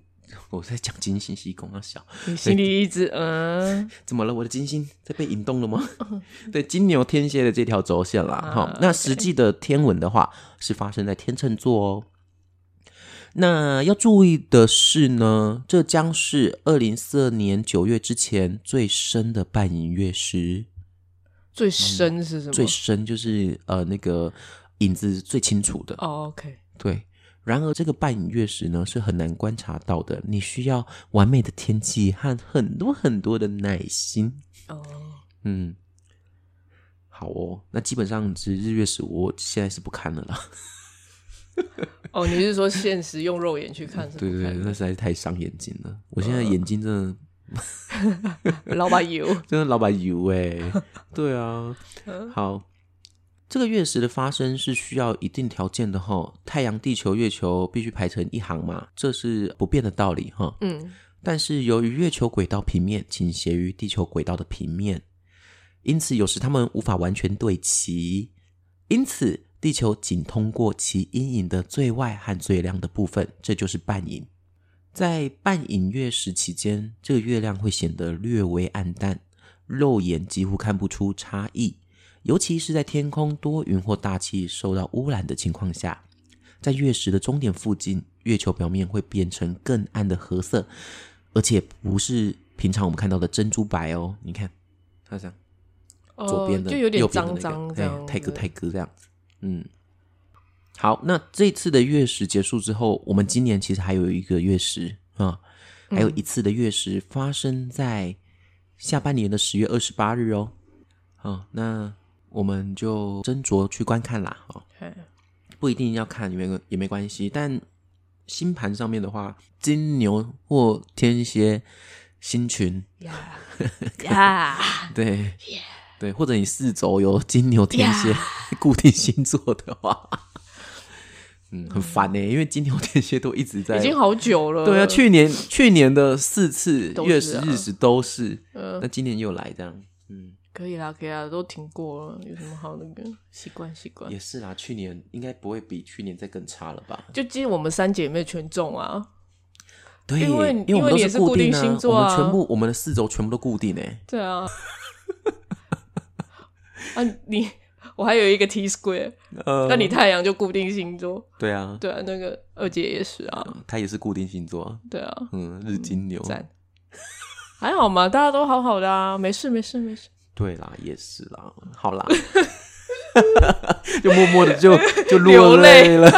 S1: 我在讲金星西宫啊，小
S2: 你心里一直 嗯，
S1: 怎么了？我的金星在被引动了 吗？对，金牛天蝎的这条轴线
S2: 啊
S1: 啦，哈、那实际的天文的话是发生在天秤座哦。那要注意的是呢，这将是二零四二年九月之前最深的半影月食，
S2: 最深是什么？
S1: 最深就是呃那个影子最清楚的。
S2: 哦，OK，
S1: 对，然而这个半影月食呢是很难观察到的，你需要完美的天气和很多很多的耐心。
S2: 哦，
S1: 嗯，好哦，那基本上是日月食，我现在是不看了啦。
S2: 哦，你是说现实用肉眼去看是不
S1: 对对对，
S2: 看
S1: 那
S2: 的？
S1: 实在是太伤眼睛了，我现在眼睛真的、
S2: 老板油，
S1: 真的老板油哎、 对啊，好。这个月食的发生是需要一定条件的哈，太阳、地球、月球必须排成一行嘛，这是不变的道理哈。
S2: 嗯，
S1: 但是由于月球轨道平面倾斜于地球轨道的平面，因此有时它们无法完全对齐。因此，地球仅通过其阴影的最外和最亮的部分，这就是半影。在半影月食期间，这个月亮会显得略微暗淡，肉眼几乎看不出差异，尤其是在天空多云或大气受到污染的情况下。在月食的终点附近，月球表面会变成更暗的褐色，而且不是平常我们看到的珍珠白哦。你看，它这样
S2: 哦
S1: 左边的、
S2: 就有点
S1: 右边的那个
S2: 脏脏
S1: 哎
S2: 这样子，
S1: 泰哥泰哥这样子，嗯。好，那这次的月食结束之后，我们今年其实还有一个月食啊，
S2: 嗯
S1: 还有一次的月食发生在下半年的十月二十八日哦。啊，那我们就斟酌去观看啦，哦哈、
S2: 哎
S1: 不一定要看，也没也没关系。但星盘上面的话，金牛或天蝎星群，
S2: 呀呀，
S1: 对对，或者你四轴有金牛、天蝎 固定星座的话， 嗯，很烦呢、因为金牛、天蝎都一直在
S2: 已经好久了。
S1: 对啊，去年去年的四次
S2: 都是啊
S1: 月食、日食都是，
S2: 嗯
S1: 那今年又来这样，嗯，
S2: 可以啦，可以啊啦，都停过了，有什么好那个习惯习惯？
S1: 也是啦，去年应该不会比去年再更差了吧？
S2: 就今天我们三姐妹全中啊，
S1: 对，
S2: 因为
S1: 因我们
S2: 因为
S1: 都
S2: 你也
S1: 是
S2: 是固定
S1: 啊，
S2: 星座啊
S1: 我们全部我们的四轴全部都固定诶、欸
S2: 对啊， 啊你，我还有一个 T square，
S1: 呃
S2: 那、你太阳就固定星座，
S1: 对啊，
S2: 对啊，那个二姐也是啊，
S1: 他也是固定星座啊，
S2: 对啊，
S1: 嗯，日金牛，
S2: 赞，还好嘛，大家都好好的啊，没事没事没事，
S1: 对啦，也是啦，好 啦， 就默默的就就落
S2: 流泪
S1: 泪了。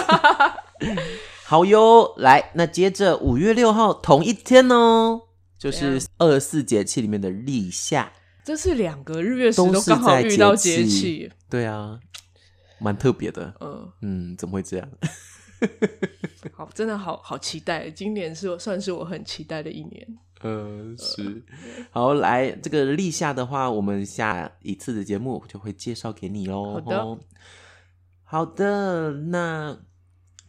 S1: 好哟，来，那接着五月六号同一天哦，
S2: 啊
S1: 就是二十四节气里面的立夏，
S2: 这次两个日月食
S1: 都
S2: 都
S1: 是
S2: 刚好
S1: 在
S2: 遇到节
S1: 节
S2: 气，
S1: 对啊，蛮特别的，
S2: 嗯，
S1: 嗯，怎么会这样？
S2: 好，真的好好期待，今年是我算是我很期待的一年，呃
S1: 嗯，是。好，来这个立夏的话，我们下一次的节目就会介绍给你喽。
S2: 好的
S1: 吼，好的。那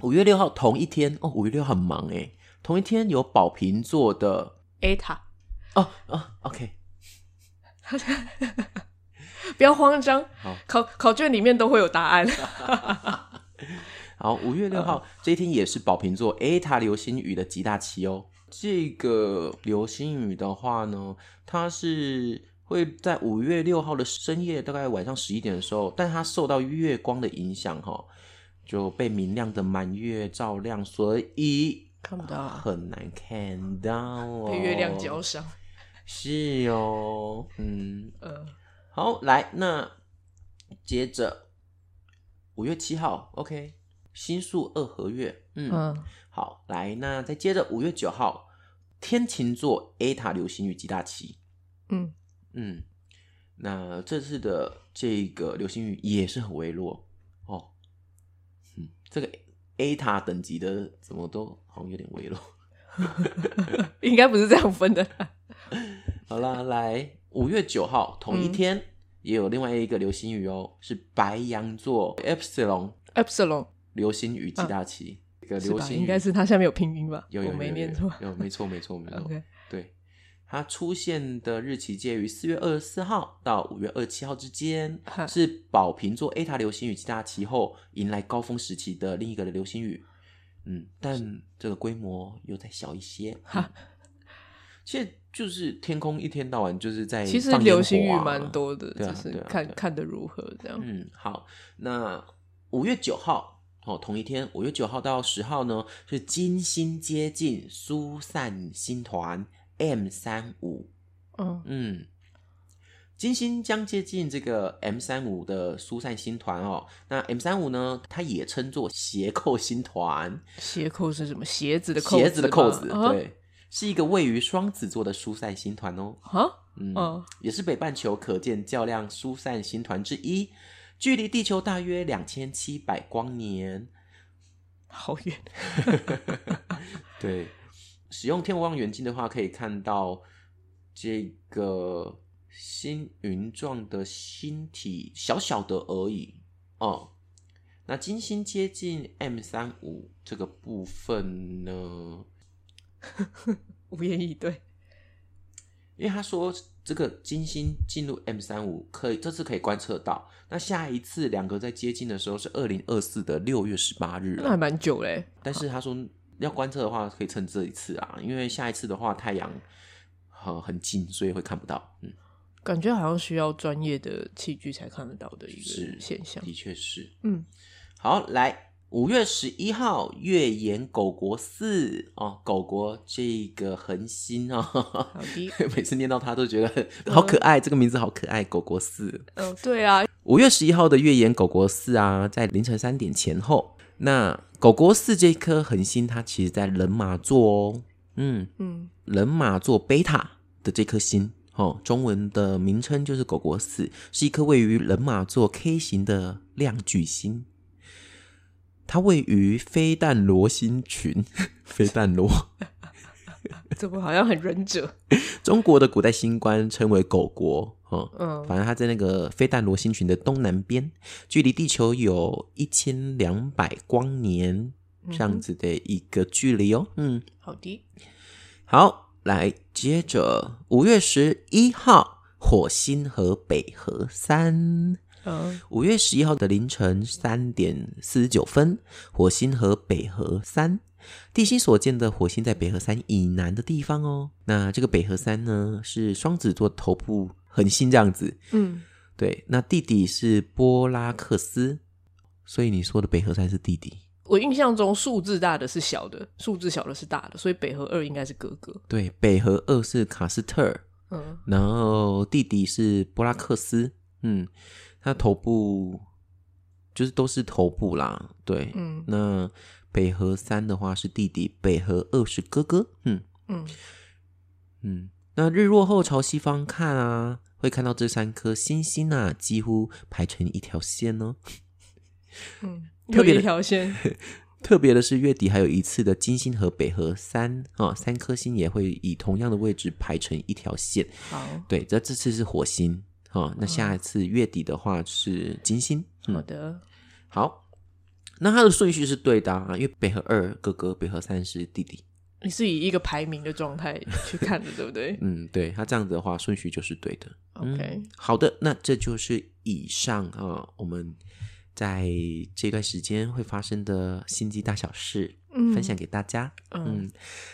S1: 五月六号同一天哦，五月六号很忙诶，同一天有宝瓶座的
S2: A 塔，
S1: 哦哦，OK，
S2: 不要慌张
S1: 好，
S2: 考考卷里面都会有答案。
S1: 好，五月六
S2: 呃
S1: 号、这一天也是宝瓶座 A 塔流星雨的极大期哦。这个流星雨的话呢，它是会在五月六号的深夜，大概晚上十一点的时候，但它受到月光的影响哈、就被明亮的满月照亮，所以
S2: 看不到啊
S1: 很难看到哦。
S2: 被月亮浇伤。
S1: 是哦，嗯，
S2: 呃，
S1: 好，来，那接着五月七号，OK，星宿二合月，嗯，
S2: 嗯，
S1: 好，来，那再接着五月九号，天琴座 A 塔流星雨极大期。
S2: 嗯，
S1: 嗯，那这次的这个流星雨也是很微弱哦。嗯，这个 A 塔等级的怎么都好像有点微弱。
S2: 应该不是这样分的啦。
S1: 好啦，来五月九号同
S2: 嗯
S1: 一天、也有另外一个流星雨哦，是白羊座 Epsilon
S2: Epsilon
S1: 流星雨极大期。这个
S2: 嗯是
S1: 流
S2: 吧？
S1: 星雨
S2: 应该是它下面有拼音吧？
S1: 有有
S2: 我
S1: 有
S2: 没
S1: 有
S2: 念
S1: 有
S2: 错。
S1: 有没错没错没错。
S2: OK，
S1: 对，它出现的日期介于四月二十四号到五月二十七号之间
S2: 哈，
S1: 是宝瓶座 A 塔流星雨极大期后迎来高峰时期的另一个流星雨。嗯，但这个规模又再小一些。嗯
S2: 哈
S1: 其实就是天空一天到晚就是在
S2: 其实
S1: 放烟
S2: 流星雨
S1: 火啊
S2: 蛮。多的，
S1: 对啊
S2: 就是
S1: 对啊
S2: 看
S1: 对啊
S2: 看的如何这样。
S1: 嗯，好，那五月九号哦，同一天，五月九号到十号呢是金星接近疏散星团 M 三五
S2: 嗯
S1: 嗯，金星将接近这个 M 三五的疏散星团哦。那 M 三五呢，它也称作斜扣星团，
S2: 鞋扣是什么？鞋子啊的扣
S1: 鞋子的扣子，
S2: 吧，
S1: 对，是一个位于双子座的疏散星团哦。
S2: 啊啊，
S1: 嗯，
S2: 嗯
S1: 也是北半球可见较量疏散星团之一，距离地球大约两千七百光年。
S2: 好远。
S1: 对，使用天文望远镜的话，可以看到这个星云状的星体，小小的而已哦。那金星接近 M 三五这个部分呢，
S2: 无言以对。
S1: 因为他说这个金星进入 M 三五可以这次可以观测到，那下一次两个在接近的时候是二零二四的六月十八日了
S2: 那还蛮久嘞，
S1: 但是他说要观测的话，可以趁这一次啊，因为下一次的话太阳很、呃很近，所以会看不到。嗯，
S2: 感觉好像需要专业的器具才看得到的一
S1: 是
S2: 个现象。
S1: 的确是。
S2: 嗯，
S1: 好，来五月十一号，月岩狗国四哦，狗国这个恒星哦，
S2: 好 的。
S1: 每次念到它都觉得好可爱，这个名字好可爱，狗国四。
S2: 嗯，对啊，
S1: 五月十一号的月岩狗国四啊，在凌晨三点前后。那狗国四这颗恒星，它其实在人马座哦，嗯，
S2: 嗯，
S1: 人马座贝塔的这颗星，哦，中文的名称就是狗国四，是一颗位于人马座 K 型的亮巨星。它位于飞弹罗星群， 飞弹罗，
S2: 怎么好像很忍者？
S1: 中国的古代星官称为狗国，哦，
S2: 嗯，
S1: 反正它在那个飞弹罗星群的东南边，距离地球有一千两百光年这样子的一个距离哦。嗯，
S2: 好的。
S1: 好，来接着五月十一号，火星和北河三。
S2: 嗯，
S1: 五月十一号的凌晨三点四十九分，火星和北河三，地心所见的火星在北河三以南的地方哦。那这个北河三呢，是双子座头部恒星这样子，
S2: 嗯，
S1: 对，那弟弟是波拉克斯，所以你说的北河山是弟弟。
S2: 我印象中数字大的是小的，数字小的是大的，所以北河二应该是哥哥。
S1: 对，北河二是卡斯特尔，
S2: 嗯，
S1: 然后弟弟是波拉克斯。嗯，他头部就是都是头部啦。对，
S2: 嗯
S1: 那北河三的话是弟弟，北河二是哥哥。嗯
S2: 嗯，
S1: 嗯，那日落后朝西方看啊，会看到这三颗星星啊，几乎排成一条线哦。
S2: 嗯，
S1: 特
S2: 有
S1: 别的
S2: 一 条线。
S1: 特别的是，月底还有一次的金星和北河三啊、三颗星也会以同样的位置排成一条线。
S2: 好，
S1: 对，这这次是火星啊、那
S2: 嗯
S1: 下一次月底的话是金星。
S2: 好
S1: 嗯，
S2: 的。
S1: 好，那它的顺序是对的啊，因为北河二哥哥，北河三是弟弟。
S2: 你是以一个排名的状态去看的，对不对
S1: 嗯，对，它这样子的话顺序就是对的。嗯
S2: ？OK，
S1: 好的，那这就是以上啊、我们在这段时间会发生的心机大小事，
S2: 嗯
S1: 分享给大家。
S2: 嗯，
S1: 嗯，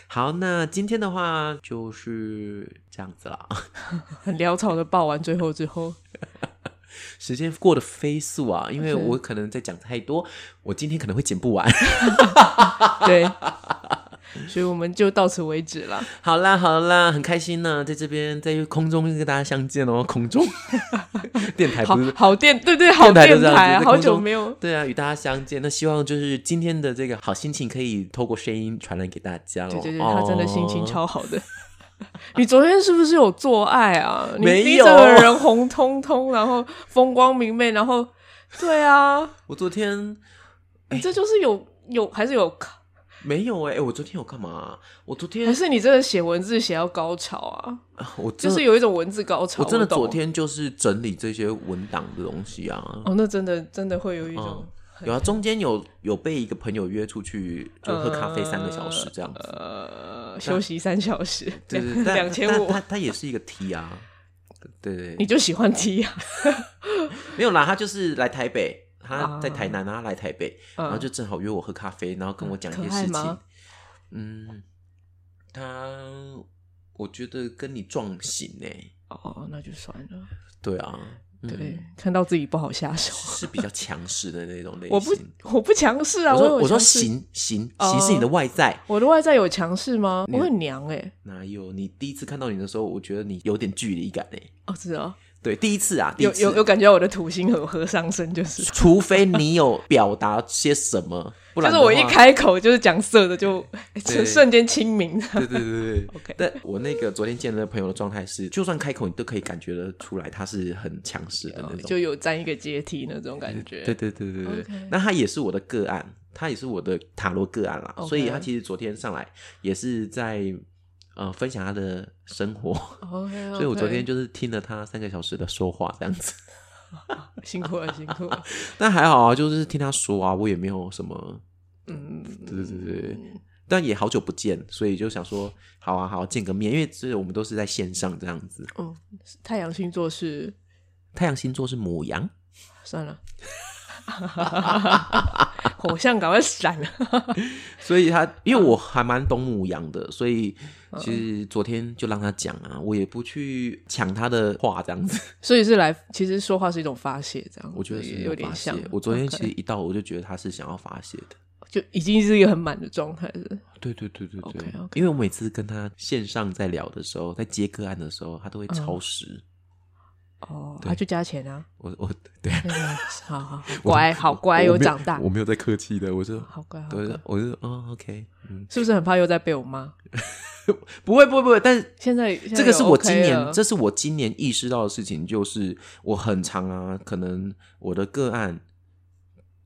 S1: 好，那今天的话就是这样子了。
S2: 很潦草的报完最后之后，
S1: 时间过得飞速啊，因为
S2: 是
S1: 我 可能在讲太多，我今天可能会剪不完。
S2: 对，所以我们就到此为止了。
S1: 好啦好啦，很开心啊呢、在这边在空中跟大家相见哦， 空 中电台
S2: 好
S1: 不是
S2: 好电，对对，好
S1: 电台就
S2: 电
S1: 这样
S2: 台
S1: 子
S2: 啊，
S1: 在
S2: 好
S1: 空
S2: 久
S1: 中
S2: 没有。
S1: 对啊，与大家相见。那希望就是今天的这个好心情可以透过声音传染给大家哦。
S2: 对对对，他真的心情
S1: 哦
S2: 超好的。 你昨天是不是有做爱啊？你
S1: 没
S2: 你
S1: 有
S2: 整个人红彤彤，然后风光明媚，然后对啊，
S1: 我昨天哎
S2: 你这就是有有还是有，
S1: 没有哎、欸我昨天有干嘛啊、我昨天
S2: 还是你真的写文字写到高潮啊？
S1: 啊我真
S2: 就
S1: 的
S2: 是有一种文字高潮。
S1: 我真的
S2: 懂
S1: 昨天就是整理这些文档的东西啊。
S2: 哦，那真的真的会有一种
S1: 嗯，有啊，中间有有被一个朋友约出去，就喝咖啡三个小时这样子。
S2: 呃休息三小时，
S1: 嗯对对，但
S2: 两千
S1: 但
S2: 五
S1: 他，他也是一个 T 啊，对对
S2: 你
S1: 对，
S2: 就喜欢踢啊？
S1: 没有啦，他就是来台北，他
S2: 啊
S1: 在台南啊，他来台北，
S2: 嗯
S1: 然后就正好约我喝咖啡，然后跟我讲一些
S2: 可爱
S1: 事情
S2: 吗。
S1: 嗯，他我觉得跟你撞型哎、
S2: 哦，那就算了。
S1: 对啊，嗯
S2: 对，看到自己不好下手，
S1: 是比较强势的那种类型。
S2: 我不我不强势啊，
S1: 我
S2: 有
S1: 说我说
S2: 强势
S1: 行行
S2: 哦
S1: 行是你的外在，
S2: 我的外在有强势吗？
S1: 你
S2: 我很娘哎、
S1: 哪有？你第一次看到你的时候，我觉得你有点距离感诶。
S2: 哦，是啊，
S1: 对，第一次啊，第一
S2: 有
S1: 次
S2: 有有感觉到我的土星很合上身，就是，
S1: 除非你有表达些什么，不
S2: 就
S1: 然
S2: 是
S1: 的话
S2: 我一，开口就是讲色的就，就 瞬间清明。
S1: 对对对对
S2: OK
S1: 但我那个昨天见的朋友的状态是，就算开口，你都可以感觉得出来，他是很强势的那种。
S2: 就有占一个阶梯那种感觉，
S1: 对对对对对
S2: OK
S1: 那他也是我的个案，他也是我的塔罗个案啦
S2: OK
S1: 所以他其实昨天上来也是在呃分享他的生活
S2: o k
S1: 所以我昨天就是听了他三个小时的说话这样子。
S2: 辛苦了，辛苦了，
S1: 但还好啊，就是听他说啊，我也没有什么，
S2: 嗯，
S1: 对对对对，但也好久不见，所以就想说，好啊好啊见个面，因为这我们都是在线上这样子。
S2: 嗯，太阳星座是
S1: 太阳星座是母羊，
S2: 算了， 火象赶快闪了，
S1: 所以他啊嗯因为我还蛮懂母羊的，所以其实昨天就让他讲啊，我也不去抢他的话这样子。
S2: 所以是来，其实说话是一种发泄，这样
S1: 我觉得是
S2: 也有点
S1: 发泄
S2: 像。
S1: 我昨天
S2: OK
S1: 其实一到我就觉得他是想要发泄的。
S2: 就已经是一个很满的状态了。
S1: 对对对对对
S2: OK，OK
S1: 因为我每次跟他线上在聊的时候，在接个案的时候，他都会超时。
S2: 哦，
S1: 对
S2: 他就加钱啊，
S1: 我我对，
S2: 那个好好好乖，好乖，
S1: 我
S2: 有
S1: 没
S2: 长大
S1: 我，没有在客气的，我是
S2: 好乖，好
S1: 对，
S2: 乖，
S1: 我就哦，OK，嗯，
S2: 是不是很怕又在被我骂？
S1: 不会，不会，不会。但是
S2: 现在
S1: 这个是我今年，这
S2: 这
S1: 是我今年意识到的事情，就是我很长啊，可能我的个案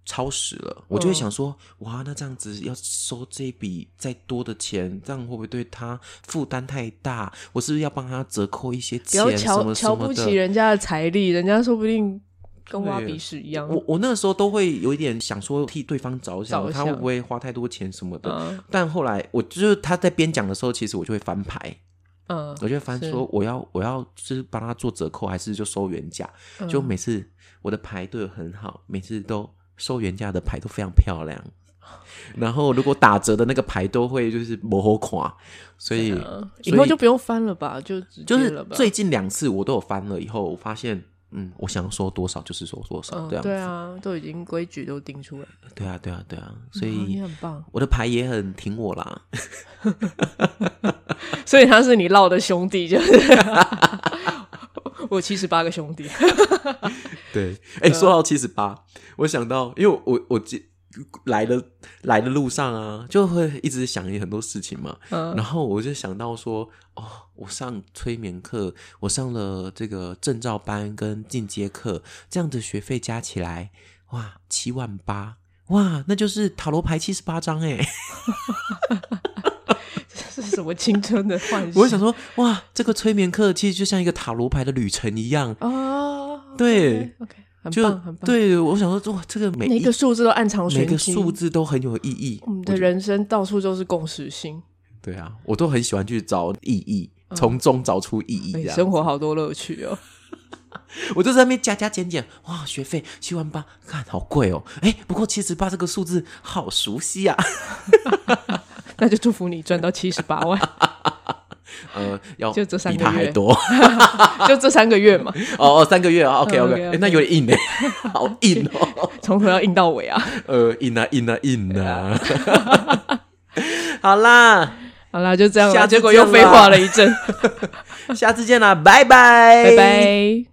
S1: 超时了，我就
S2: 嗯
S1: 会想说，哇，那这样子要收这笔再多的钱，这样会不会对他负担太大？我是不是要帮他折扣一些
S2: 不
S1: 钱
S2: 要
S1: 什
S2: 瞧
S1: 么什
S2: 瞧不
S1: 么
S2: 起
S1: 的？
S2: 人家的财力，人家说不定跟挖
S1: 对
S2: 鼻屎一样。
S1: 我我那时候都会有一点想说替对方着想，
S2: 着
S1: 他会
S2: 想
S1: 不会花太多钱什么的？
S2: 嗯
S1: 但后来我就是他在边讲的时候，其实我就会翻牌，
S2: 嗯，
S1: 我就翻
S2: 是
S1: 说我要我要就是帮他做折扣，还是就收原价？
S2: 嗯
S1: 就每次我的牌对我很好，每次都收原价的牌都非常漂 亮。然后如果打折的那个牌都会就是模糊垮，所以
S2: 嗯
S1: 所
S2: 以后就
S1: 以
S2: 不用翻了吧，就嗯直
S1: 就
S2: 接
S1: 是
S2: 了吧。
S1: 最近两次我都有翻了以后，我发现嗯，我想收多少就是收多少
S2: 嗯
S1: 这样子。
S2: 对啊，都已经规矩都定出来，
S1: 对啊，对啊，对啊，所
S2: 哦你
S1: 以
S2: 很棒，
S1: 我的牌也很挺我啦。
S2: 所以他是你闹的兄弟，就是我七十八个兄弟，
S1: 对，
S2: 呃
S1: 哎、说到七十八，我想到，因为我我记来的来的路上啊，就会一直想很多事情嘛。
S2: 嗯
S1: 然后我就想到说，哦，我上催眠课，我上了这个证照班跟进阶课，这样的学费加起来，哇，七万八。哇，那就是塔罗牌七十八张哎！
S2: 这是什么青春的幻想？
S1: 我就想说，哇，这个催眠课其实就像一个塔罗牌的旅程一样，
S2: 哦，
S1: 对
S2: ，OK，很
S1: 就
S2: 棒，很棒，，
S1: 对我想说，哇，这个每
S2: 每
S1: 一
S2: 个数字都暗藏
S1: 每
S2: 玄
S1: 个
S2: 机。
S1: 数字都很有意义。
S2: 我们的人生到处都是共识性，
S1: 对啊，我都很喜欢去找意义，从中找出意义。
S2: 哎
S1: 这样，
S2: 生活好多乐趣哦。
S1: 我就在那边加加减减，哇，学费七万八，看好贵哦。哎，不过七十八这个数字好熟悉 啊。
S2: 那就祝福你赚到七十八万，
S1: 呃，要
S2: 就这三
S1: 比
S2: 个
S1: 他还
S2: 月
S1: 多
S2: 就这三个月嘛，
S1: 哦哦，三个月啊，OK OK，
S2: OK，OK
S1: 那有点硬哎， 好硬哦，
S2: 从头要硬到尾啊。
S1: 呃，硬啊硬啊硬啊。好啦，
S2: 好啦，就这样
S1: 下
S2: 了，
S1: 次
S2: 结果 又
S1: 见
S2: 废
S1: 啦
S2: 话了一阵，
S1: 下次见啦，拜拜，哎
S2: 拜。拜。